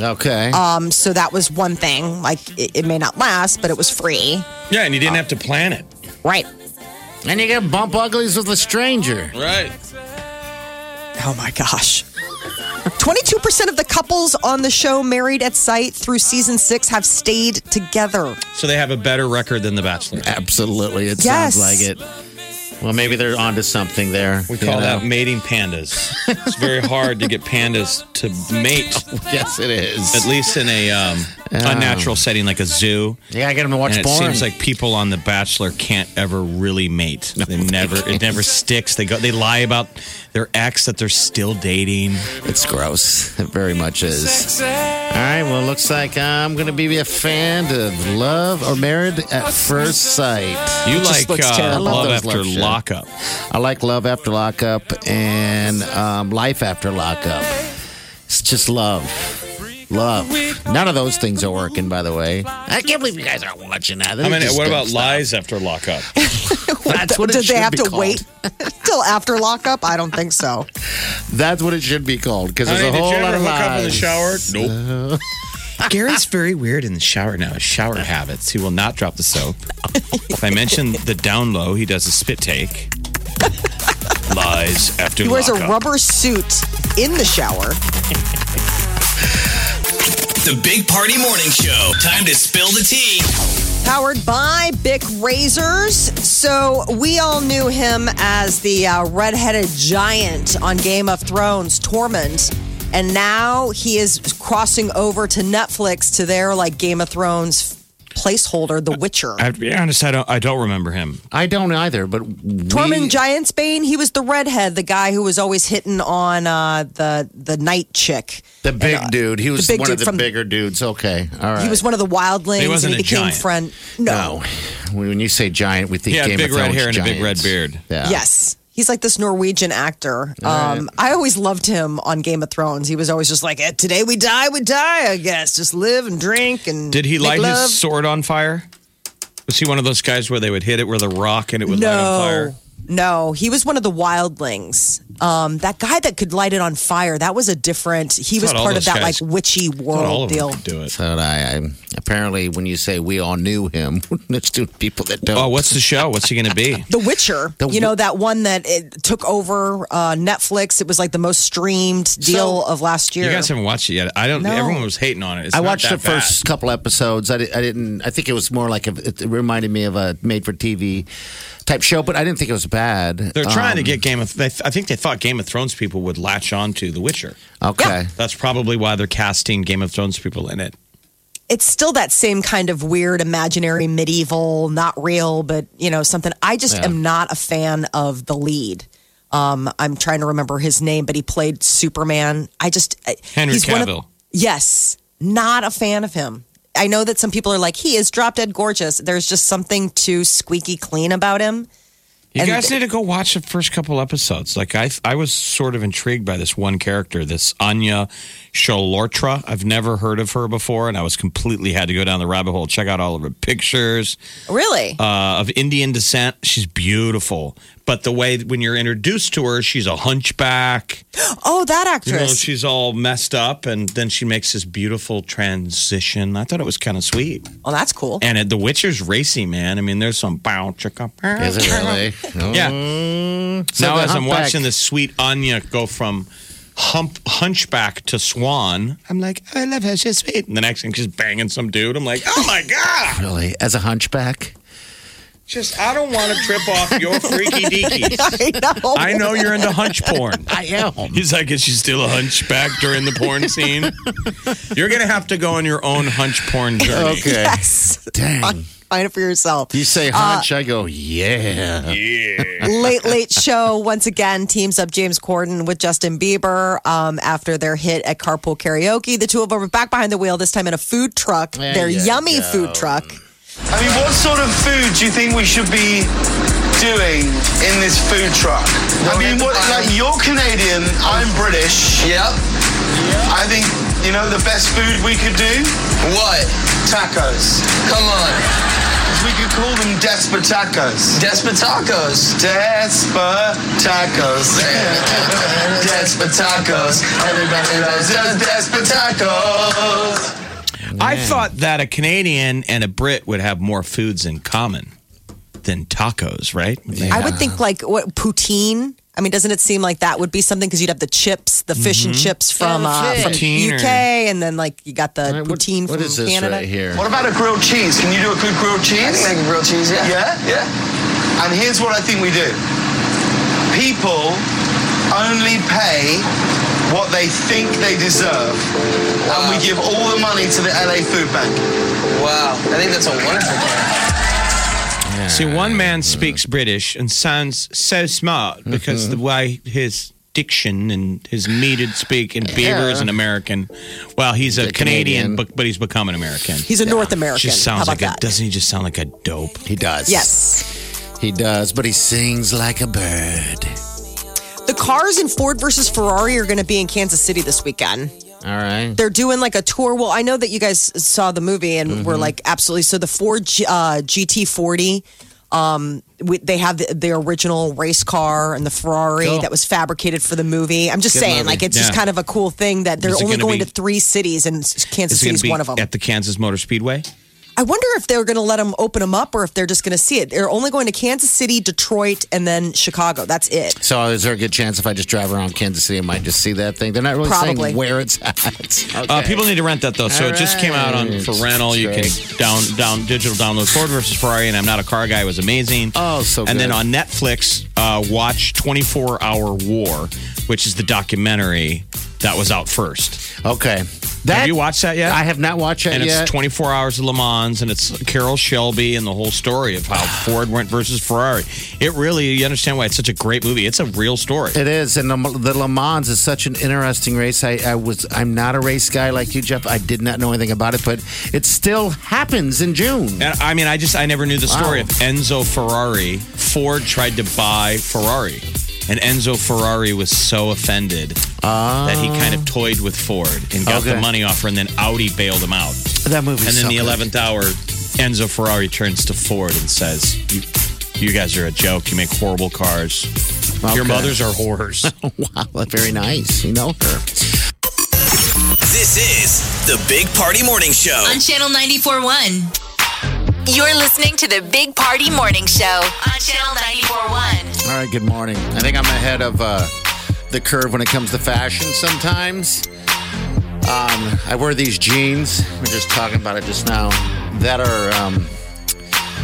Speaker 4: okay.
Speaker 3: Um, so that was one thing. Like it, it may not last, but it was free.
Speaker 5: Yeah, and you didn't have to plan it.
Speaker 3: Right.
Speaker 4: and you get bump uglies with a stranger.
Speaker 5: Right.
Speaker 3: Oh my gosh. 22% of the couples on the show Married at Sight through season 6 have stayed together.
Speaker 5: So they have a better record than The Bachelor.
Speaker 4: Absolutely, it
Speaker 3: Yes.
Speaker 4: sounds like it. Well, maybe they're onto something there.
Speaker 5: We
Speaker 4: you
Speaker 5: call that
Speaker 4: know?
Speaker 5: mating pandas. it's very hard to get pandas to mate,
Speaker 4: Yes, it is.
Speaker 5: at least in a um, unnatural setting like a zoo.
Speaker 4: Yeah, I get them to watch
Speaker 5: And it
Speaker 4: porn.
Speaker 5: seems like people on The Bachelor can't ever really mate. they never, it never sticks. They go, they lie about their ex that they're still dating.
Speaker 4: It's gross. It very much is. All right. Well, looks like I'm going to be a fan of Love or Married at First Sight.
Speaker 5: You like
Speaker 3: just looks
Speaker 5: uh,
Speaker 4: terrible. I love
Speaker 5: love
Speaker 4: those
Speaker 5: after
Speaker 4: love shit.
Speaker 5: lockup.
Speaker 4: I like Love After Lockup and um, Life After Lockup. It's just love. Love. None of those things are working, by the way. I can't believe you guys aren't watching that.
Speaker 5: I mean, what about lies after lockup?
Speaker 4: That's what it
Speaker 3: Did
Speaker 4: should
Speaker 3: they have
Speaker 4: be
Speaker 3: to
Speaker 4: called.
Speaker 3: wait till after lockup? I don't think so.
Speaker 4: That's what it should be called because there's a whole lot of lies.
Speaker 5: Nope. Gary's very weird in the shower now. His shower habits. He will not drop the soap. if I mention the down low, he does a spit take. Lies after
Speaker 3: He wears a
Speaker 5: lockup.
Speaker 3: rubber suit in the shower.
Speaker 1: The Big Party Morning Show. Time to spill the tea.
Speaker 3: powered by Bic Razors. So we all knew him as the uh, redheaded giant on Game of Thrones, Tormund. And now he is crossing over to Netflix to their like Game of Thrones placeholder, The Witcher.
Speaker 5: I have to be honest. I don't. I don't remember him.
Speaker 4: I don't either, but we-
Speaker 3: Tormund Giantsbane, he was the redhead, the guy who was always hitting on uh, the the night chick.
Speaker 4: the big dude. He was
Speaker 3: Uh, big
Speaker 4: one of
Speaker 3: dude
Speaker 4: the
Speaker 3: from-
Speaker 4: bigger dudes. Okay, all right.
Speaker 3: He was one of the wildlings.
Speaker 5: He wasn't
Speaker 3: and he
Speaker 5: a
Speaker 3: became
Speaker 5: giant.
Speaker 3: friend.
Speaker 4: No, when you say giant, we think
Speaker 5: He had
Speaker 4: Game
Speaker 5: big
Speaker 4: of
Speaker 5: red
Speaker 4: Thrones
Speaker 5: hair and a big red
Speaker 4: giants.
Speaker 5: beard.
Speaker 4: Yeah.
Speaker 3: Yes. He's like this Norwegian actor. Um, I always loved him on Game of Thrones. He was always just like, eh, "Today we die, we die. I guess just live and drink and."
Speaker 5: Did he
Speaker 3: make
Speaker 5: light
Speaker 3: love.
Speaker 5: his sword on fire? Was he one of those guys where they would hit it with a rock and it would light on
Speaker 3: No.
Speaker 5: fire?
Speaker 3: No, he was one of the wildlings. Um, that guy that could light it on fire, that was a different, he was
Speaker 5: thought all
Speaker 3: part of
Speaker 5: those
Speaker 3: that
Speaker 5: guys-
Speaker 3: like witchy
Speaker 5: Not all
Speaker 3: world
Speaker 5: of them
Speaker 3: Oh, deal.
Speaker 5: could do it.
Speaker 4: So I, I apparently when you say we all knew him, there's two people that don't.
Speaker 5: Oh, what's the show? What's he going to be?
Speaker 3: The Witcher,
Speaker 4: The
Speaker 3: you know, that one that it took over uh, Netflix. It was like the most streamed deal of last year.
Speaker 5: You guys haven't watched it yet. I don't.
Speaker 3: No.
Speaker 5: Everyone was hating on it. It's
Speaker 4: I
Speaker 5: not
Speaker 4: watched the
Speaker 5: that bad.
Speaker 4: first couple episodes. I, di- I didn't. I think it was more like a, it reminded me of a made-for-TV type show, but I didn't think it was bad.
Speaker 5: They're trying to
Speaker 4: Um,
Speaker 5: get Game of. They, I think they thought Game of Thrones people would latch on to The Witcher.
Speaker 4: okay.
Speaker 5: That's probably why they're casting Game of Thrones people in it.
Speaker 3: it's still that same kind of weird, imaginary, medieval, not real, but you know something. I just am not a fan of the lead. Um, I'm trying to remember his name, but he played Superman. I just I-
Speaker 5: Henry
Speaker 3: he's one of-
Speaker 5: Cavill.
Speaker 3: yes, not a fan of him. I know that some people are like, he is drop dead gorgeous. There's just something too squeaky clean about him.
Speaker 5: You
Speaker 3: And-
Speaker 5: guys need to go watch the first couple episodes. Like I, I was sort of intrigued by this one character, this Anya Shalortra. I've never heard of her before, and I was completely had to go down the rabbit hole, check out all of her pictures.
Speaker 3: Really?
Speaker 5: uh, of Indian descent. She's beautiful, but the way when you're introduced to her, she's a hunchback.
Speaker 3: oh, that
Speaker 5: You know,
Speaker 3: actress.
Speaker 5: she's all messed up, and then she makes this beautiful transition. I thought it was kind of sweet.
Speaker 3: well, Oh, that's cool.
Speaker 5: And it, The Witcher's racy, man. I mean, there's some bow chicka. bow,
Speaker 4: Is it
Speaker 5: chicka.
Speaker 4: really? Oh.
Speaker 5: Yeah.
Speaker 4: So
Speaker 5: now,
Speaker 4: the
Speaker 5: as I'm
Speaker 4: humpback-
Speaker 5: watching this sweet Anya go from hump hunchback to swan, I'm like, "Oh, I love her. She's sweet. And the next thing, she's banging some dude. I'm like, oh my god.
Speaker 4: really as a hunchback.
Speaker 5: Just, I don't want to trip off your freaky deakies.
Speaker 3: I know.
Speaker 5: I know you're into hunch porn.
Speaker 4: I am.
Speaker 5: He's like, is she still a hunchback during the porn scene? You're gonna have to go on your own hunch porn journey.
Speaker 4: Okay.
Speaker 3: Yes. Uh,
Speaker 4: Dang.
Speaker 3: Find it for yourself.
Speaker 4: You say hunch, I go yeah.
Speaker 3: Late Late Show once again teams up James Corden with Justin Bieber um, after their hit at Carpool Karaoke. The two of them are back behind the wheel this time in a food truck.
Speaker 4: There
Speaker 3: their
Speaker 4: you
Speaker 3: yummy
Speaker 4: go.
Speaker 3: food truck.
Speaker 7: I mean, what sort of food do you think we should be doing in this food truck? I mean, what, like you're Canadian, I'm British. Yep. I think you know the best food we could do. What? Tacos. Come on. We could call them Desper Tacos. Desper Tacos. Desper Tacos. Desper Tacos. Everybody loves Desper Tacos.
Speaker 5: I thought that a Canadian and a Brit would have more foods in common than tacos, right?
Speaker 3: I would think like what poutine. I mean, doesn't it seem like that would be something? Because you'd have the chips, the fish
Speaker 5: Mm-hmm.
Speaker 3: and chips from uh, from
Speaker 5: Poutine or-
Speaker 3: UK, and then like you got the
Speaker 4: All right, what-
Speaker 3: poutine
Speaker 4: what
Speaker 3: from
Speaker 4: is this
Speaker 3: Canada.
Speaker 4: right here?
Speaker 7: What about a grilled cheese? Can you do a good grilled cheese? I can make a grilled cheese, yeah. Yeah, yeah. And here's what I think we do. People only pay what they think they deserve. And we give all the money to the LA Food Bank. Wow. I think that's a wonderful plan.
Speaker 5: See, one man speaks British and sounds so smart because the way his diction and his metered speak, and Bieber is an American. Well, he's a,
Speaker 4: a
Speaker 5: Canadian,
Speaker 4: Canadian.
Speaker 5: but, but he's become an American.
Speaker 3: He's a North American.
Speaker 5: Just
Speaker 3: How
Speaker 5: sounds
Speaker 3: about
Speaker 5: like a,
Speaker 3: that?
Speaker 5: doesn't he just sound like a dope?
Speaker 4: He does.
Speaker 3: yes.
Speaker 4: He does, but he sings like a bird.
Speaker 3: The cars in Ford versus Ferrari are going to be in Kansas City this weekend.
Speaker 4: All right.
Speaker 3: they're doing like a tour. Well, I know that you guys saw the movie and
Speaker 5: Mm-hmm.
Speaker 3: were like, absolutely. So the Ford G- uh, GT40, um, we, they have the, the original race car and the Ferrari
Speaker 4: Cool.
Speaker 3: that was fabricated for the movie. I'm just
Speaker 4: Good
Speaker 3: saying,
Speaker 4: movie.
Speaker 3: like, it's just
Speaker 5: Yeah.
Speaker 3: kind of a cool thing that they're
Speaker 5: Is it
Speaker 3: only
Speaker 5: gonna
Speaker 3: going
Speaker 5: be-
Speaker 3: to three cities and
Speaker 5: Is
Speaker 3: Kansas
Speaker 5: it going
Speaker 3: City's
Speaker 5: to be
Speaker 3: one of them.
Speaker 5: at the Kansas Motor Speedway?
Speaker 3: I wonder if they're going to let them open them up or if they're just going to see it. They're only going to Kansas City, Detroit, and then Chicago. That's it.
Speaker 4: So is there a good chance if I just drive around Kansas City, I might just see that thing? They're not really
Speaker 3: Probably.
Speaker 4: saying where it's at.
Speaker 5: Uh,
Speaker 4: Okay.
Speaker 5: people need to rent that though. So
Speaker 4: All
Speaker 5: it just came out on
Speaker 4: right.
Speaker 5: for rental. You can
Speaker 4: Great.
Speaker 5: down down digital download Ford versus Ferrari, and I'm not a car guy. was amazing.
Speaker 4: Oh, so
Speaker 5: And then
Speaker 4: good.
Speaker 5: on Netflix, uh, watch 24 Hour War, which is the documentary that was out first.
Speaker 4: Okay. That,
Speaker 5: have you watched that yet?
Speaker 4: I have not watched it
Speaker 5: And
Speaker 4: yet.
Speaker 5: it's 24 hours of Le Mans, and it's Carol Shelby and the whole story of how Ford went versus Ferrari. It really, you understand why it's such a great movie. It's a real story.
Speaker 4: It is, and the, the Le Mans is such an interesting race. I, I was, I'm not a race guy like you, Jeff. I did not know anything about it, but it still happens in June.
Speaker 5: And I mean, I just I never knew the story of Enzo Ferrari. Ford tried to buy Ferrari, and Enzo Ferrari was so offended that he kind of toyed with Ford and got the
Speaker 4: Ah. Okay.
Speaker 5: money offer, and then Audi bailed him out.
Speaker 4: That movie,
Speaker 5: And then the eleventh hour, Enzo Ferrari turns to Ford and says, "You, You guys are a joke. You make horrible cars. Your
Speaker 4: Okay.
Speaker 5: mothers are whores.
Speaker 4: wow, very nice. You know her.
Speaker 1: This is the Big Party Morning Show.
Speaker 2: on Channel 941. You're listening to the Big Party Morning Show on Channel 941.
Speaker 4: All right, good morning. I think I'm ahead of uh, the curve when it comes to fashion sometimes. Um, I wear these jeans, we are just talking about it just now, that are, um,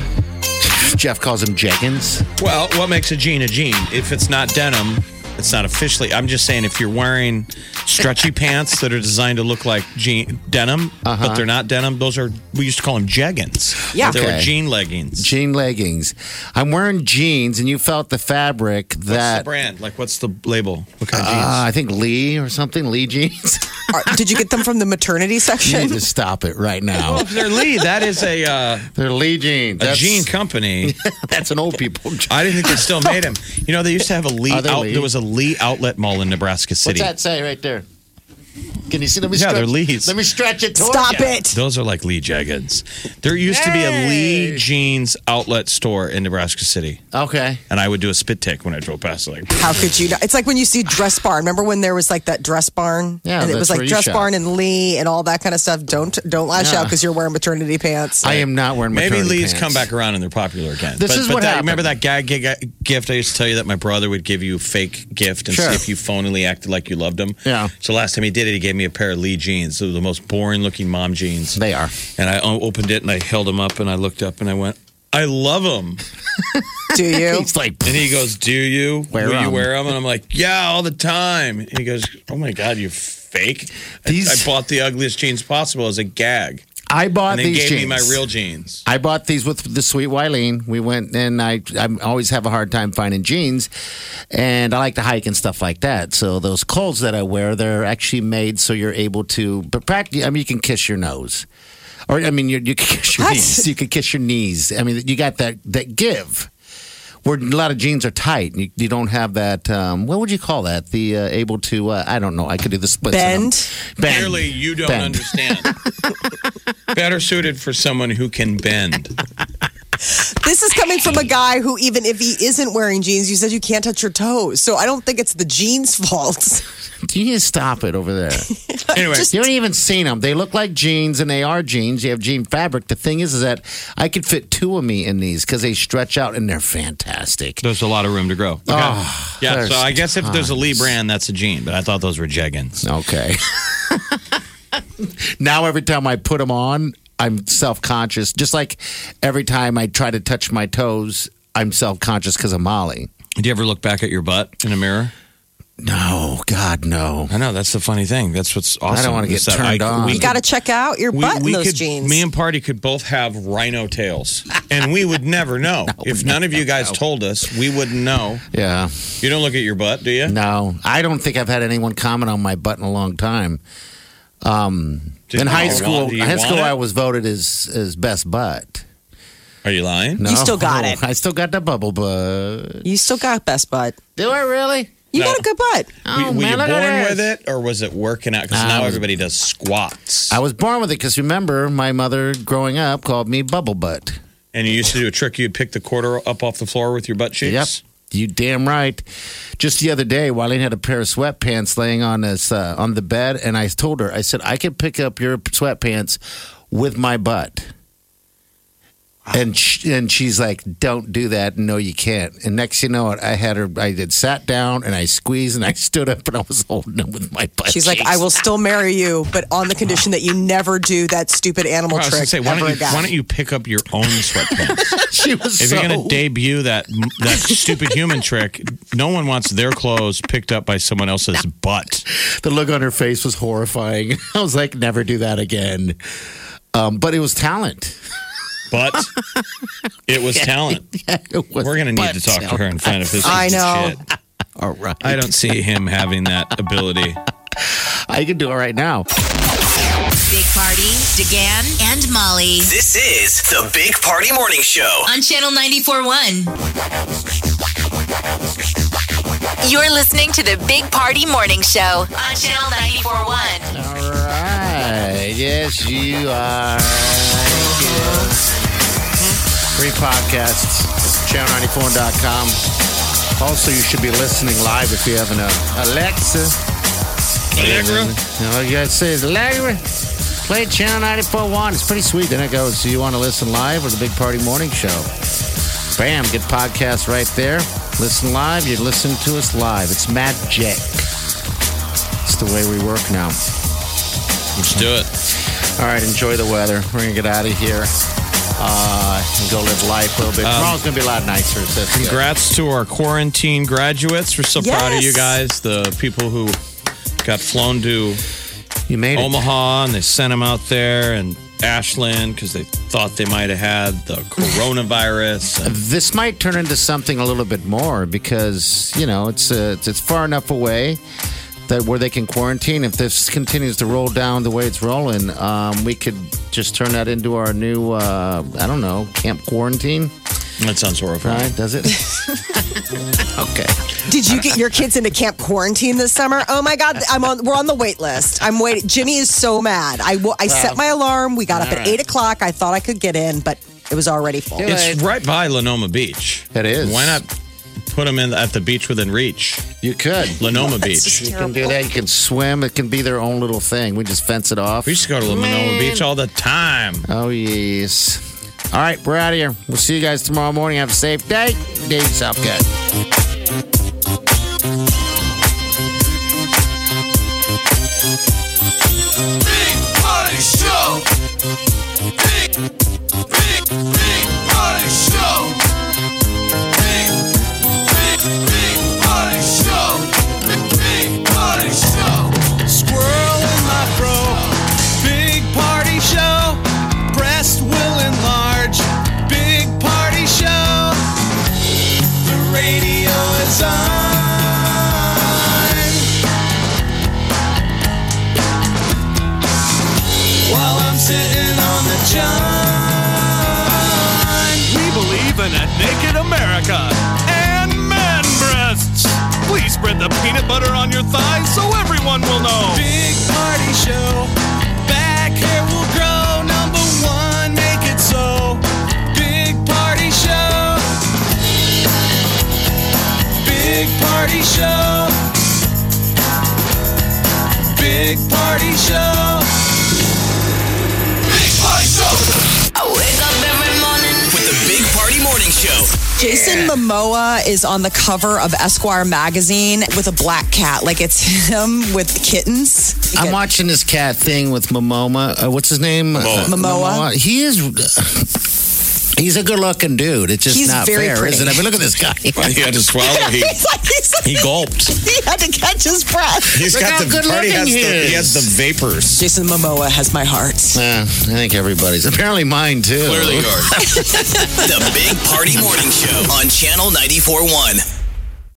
Speaker 4: Jeff calls them jeggings.
Speaker 5: Well, what makes a jean a jean? If it's not denim, it's not officially. I'm just saying, if you're wearing stretchy pants that are designed to look like jean denim,
Speaker 4: Uh-huh.
Speaker 5: but they're not denim, those are we used to call them jeggings.
Speaker 3: Yeah.
Speaker 5: they were
Speaker 4: Okay.
Speaker 5: jean leggings.
Speaker 4: Jean leggings. I'm wearing jeans, and you felt the fabric
Speaker 5: What's the
Speaker 4: that.
Speaker 5: brand? Like, what's the label? What kind of jeans?
Speaker 4: Uh, I think Lee or something, Lee jeans.
Speaker 3: Are- Did you get them from the maternity
Speaker 4: you need
Speaker 3: section?
Speaker 4: to stop it right now.
Speaker 5: They're Lee. That is a uh,
Speaker 4: They're Lee jeans.
Speaker 5: a
Speaker 4: That's-
Speaker 5: jean company.
Speaker 4: That's an old people joke.
Speaker 5: I didn't think they still made them. You know, they used to have a Lee.
Speaker 4: Are they
Speaker 5: Out,
Speaker 4: Lee?
Speaker 5: there was a Lee outlet mall in Nebraska
Speaker 4: What's
Speaker 5: City.
Speaker 4: that say right there? Can you see? Let me
Speaker 5: Yeah,
Speaker 4: stretch.
Speaker 5: they're Lees.
Speaker 4: Let me stretch it. towards
Speaker 3: Stop
Speaker 5: Oh,
Speaker 4: ya.
Speaker 3: it.
Speaker 5: Those are like Lee jeggings. There used to be a Lee jeans outlet store in Nebraska City.
Speaker 4: Okay.
Speaker 5: and I would do a spit take when I drove past. Like,
Speaker 3: How could you? Not? It's like when you see Dress Barn. Remember when there was like that Dress Barn?
Speaker 4: Yeah,
Speaker 3: and it was
Speaker 4: that's
Speaker 3: like
Speaker 4: where you
Speaker 3: Dress
Speaker 4: shop.
Speaker 3: Barn and Lee and all that kind of stuff. Don't don't lash out
Speaker 4: Yeah.
Speaker 3: because you're wearing maternity pants.
Speaker 4: I am not wearing
Speaker 5: maybe
Speaker 4: maternity
Speaker 5: Lee's
Speaker 4: pants.
Speaker 5: come back around and they're popular again.
Speaker 4: This
Speaker 5: but,
Speaker 4: is
Speaker 5: but
Speaker 4: what
Speaker 5: that,
Speaker 4: happened.
Speaker 5: Remember that gag gig- gift I used to tell you that my brother would give you a fake gift and
Speaker 4: Sure.
Speaker 5: see if you phonily acted like you loved him.
Speaker 4: Yeah.
Speaker 5: So last time he did it, he gave me a pair of Lee jeans. They were the most boring looking mom jeans.
Speaker 4: They are.
Speaker 5: And I o- opened it and I held them up and I looked up and I went, I love them.
Speaker 3: Do you?
Speaker 4: It's like
Speaker 5: And he goes, Do you?
Speaker 4: Wear
Speaker 5: Will you
Speaker 4: 'em.
Speaker 5: wear them? And I'm like, Yeah, all the time. And he goes, Oh my God, you're fake. I-
Speaker 4: These-
Speaker 5: I bought the ugliest jeans possible as a gag.
Speaker 4: I bought
Speaker 5: and then
Speaker 4: these
Speaker 5: gave
Speaker 4: jeans.
Speaker 5: me my real jeans.
Speaker 4: I bought these with the sweet Wileen. We went and I I always have a hard time finding jeans, and I like to hike and stuff like that. So those colds that I wear, they're actually made so you're able to. But practically, I mean, you can kiss your nose, or I mean, you, you can kiss your
Speaker 3: What?
Speaker 4: knees. You can kiss your knees. I mean, you got that that give. Where a lot of jeans are tight, you, you don't have that. Um, what would you call that? The uh, able to. Uh, I don't know. I could do the splits. in them.
Speaker 3: Bend?
Speaker 4: Bend.
Speaker 5: Clearly, you don't
Speaker 4: Bend.
Speaker 5: understand. Better suited for someone who can bend.
Speaker 3: This is coming from a guy who, even if he isn't wearing jeans, you said you can't touch your toes. So I don't think it's the jeans' fault.
Speaker 4: You need to stop it over there.
Speaker 5: Anyway,
Speaker 3: Just-
Speaker 4: You haven't even seen them. They look like jeans, and they are jeans. You have jean fabric. The thing is, is that I could fit two of me in these because they stretch out and they're fantastic.
Speaker 5: there's a lot of room to grow. Okay. yeah,
Speaker 4: Ah, there's
Speaker 5: so I guess if there's a Lee
Speaker 4: tons.
Speaker 5: brand, that's a jean, but I thought those were jeggings.
Speaker 4: Okay. now every time I put them on, I'm self conscious. Just like every time I try to touch my toes, I'm self conscious because of Molly.
Speaker 5: Do you ever look back at your butt in a mirror?
Speaker 4: No, God, no.
Speaker 5: I know, that's the funny thing. That's what's awesome.
Speaker 4: wanna
Speaker 5: is
Speaker 4: get
Speaker 5: that
Speaker 4: turned on.
Speaker 5: we
Speaker 3: You got to check out your
Speaker 5: we-
Speaker 3: butt
Speaker 5: we
Speaker 3: in those
Speaker 5: could,
Speaker 3: jeans.
Speaker 5: Me and Party could both have rhino tails, and we would never know. if none of you guys told us, we wouldn't know.
Speaker 4: Yeah,
Speaker 5: You don't look at your butt, do you?
Speaker 4: no. I don't think I've had anyone comment on my butt in a long time.
Speaker 5: Do
Speaker 4: in
Speaker 5: you- do
Speaker 4: high
Speaker 5: you
Speaker 4: school,
Speaker 5: want- do you
Speaker 4: high
Speaker 5: want
Speaker 4: school,
Speaker 5: it?
Speaker 4: I was voted as as best butt.
Speaker 5: Are you lying?
Speaker 4: No,
Speaker 3: You still got it.
Speaker 4: I still got the bubble butt.
Speaker 3: you still got best butt.
Speaker 4: Do I really?
Speaker 3: You
Speaker 5: No.
Speaker 3: got a good butt.
Speaker 4: Oh,
Speaker 5: were
Speaker 4: man,
Speaker 5: you
Speaker 4: look at
Speaker 5: born
Speaker 4: this.
Speaker 5: with it, or was it working out? Because now
Speaker 4: I was-
Speaker 5: everybody does squats.
Speaker 4: I was born with it because remember, my mother growing up called me bubble butt.
Speaker 5: and you used to do a trick. You'd pick the quarter up off the floor with your butt cheeks.
Speaker 4: You damn right. Just the other day, Wileen had a pair of sweatpants laying on us uh, on the bed, and I told her, I said, I could pick up your sweatpants with my butt. And sh and she's like, "Don't do that. No, you can't." And next, you know, it, I had her. I did sat down and I squeezed and I stood up and I was holding them with my butt.
Speaker 3: She's like, I will still marry you, but on the condition that you never do that stupid animal
Speaker 5: Well, I was gonna
Speaker 3: trick
Speaker 5: say, why
Speaker 3: ever
Speaker 5: don't, you,
Speaker 3: again.
Speaker 5: why don't you pick up your own sweatpants?
Speaker 4: She was
Speaker 5: if
Speaker 4: so.
Speaker 5: you're going to debut that that stupid human trick, no one wants their clothes picked up by someone else's butt.
Speaker 4: The look on her face was horrifying. I was like, never do that again. Um, but it was talent.
Speaker 5: But it was talent.
Speaker 4: It was
Speaker 5: We're going to need to talk to her and find out if this is
Speaker 3: I know.
Speaker 5: shit.
Speaker 4: All right.
Speaker 5: I don't see him having that ability.
Speaker 4: I can do it right now.
Speaker 2: Big Party, DeGan, and Molly
Speaker 1: This is the Big Party Morning Show.
Speaker 2: on Channel 941. You're listening to the Big Party Morning Show on Channel 941.
Speaker 4: All right. Yes, you are. Thank you. Three podcasts. channel94.com. Also, you should be listening live if you have an uh, Alexa.
Speaker 5: Allegra?
Speaker 4: And all you gotta say is, Allegra, play channel 94.1. It's pretty sweet. Then it goes, do you want to listen live or the Big Party Morning Show? Bam, get podcast right there. Listen live. You listen to us live. It's magic. It's the way we work now.
Speaker 5: Let's do it.
Speaker 4: All right, enjoy the weather. We're gonna get out of here uh, and go live life a little bit. Tomorrow's gonna be a lot nicer. So that's good.
Speaker 5: Congrats to our quarantine graduates. We're so proud of you
Speaker 3: Yes.
Speaker 5: guys. The people who got flown to
Speaker 4: You made it.
Speaker 5: Omaha and they sent them out there and Ashland because they thought they might have had the coronavirus. And
Speaker 4: This might turn into something a little bit more because you know it's uh, it's, it's far enough away that where they can quarantine. If this continues to roll down the way it's rolling, um, we could just turn that into our new uh, I don't know camp quarantine.
Speaker 5: that sounds horrible.
Speaker 4: Right? Does it? okay.
Speaker 3: Did you get your kids into camp quarantine this summer? Oh my God, I'm on. We're on the wait list. I'm waiting. Jimmy is so mad. I wa- I set my alarm. We got up at
Speaker 4: all right.
Speaker 3: eight o'clock. I thought I could get in, but it was already full.
Speaker 4: Yeah.
Speaker 5: It's
Speaker 4: But-
Speaker 5: right by Lenoma Beach.
Speaker 4: It is.
Speaker 5: Why not put them in at the beach within reach?
Speaker 4: You could.
Speaker 5: Lenoma Beach.
Speaker 4: You can do that. You can swim. It can be their own little thing. We just fence it off.
Speaker 5: We used to go to Lenoma Beach all the time.
Speaker 4: Oh, yes. All right, we're out of here. We'll see you guys tomorrow morning. Have a safe day. Dave Southcott.
Speaker 1: Big Party Show. Big, big, big Party Show. Big, big, big Party Show. Big Party Show. Squirrel in my fro. Big Party Show. Breast will enlarge. Big Party Show. The radio is on. while I'm sitting on the john. We believe in a naked America and man breasts. Please spread the peanut butter on your thighs so everyone will know. Big party show. Back hair will grow. Number one, make it so. Big party show. Big party show. Big party show. Big Party Show.
Speaker 2: I wake up every morning.
Speaker 1: With the Big Party Morning Show.
Speaker 3: Jason Momoa is on the cover of Esquire magazine with a black cat. Like it's him with kittens.
Speaker 4: I'm watching this cat thing with Momoma. Uh, what's his name? Momoa.
Speaker 3: Momoa.
Speaker 4: He is. He's a good-looking dude. It's just
Speaker 3: He's
Speaker 4: not
Speaker 3: very
Speaker 4: fair,
Speaker 3: pretty.
Speaker 4: isn't it? I mean, look at this guy.
Speaker 5: He had to swallow. He,
Speaker 3: He's like, he's like,
Speaker 5: he gulped.
Speaker 3: he had to catch his breath.
Speaker 5: He's
Speaker 4: Look how good-looking
Speaker 5: has
Speaker 4: he
Speaker 5: the, he
Speaker 4: is.
Speaker 5: has the vapors.
Speaker 3: Jason Momoa has my heart.
Speaker 4: Yeah, Uh, I think everybody's. Apparently, mine too.
Speaker 1: The Big Party Morning Show on Channel 94.1.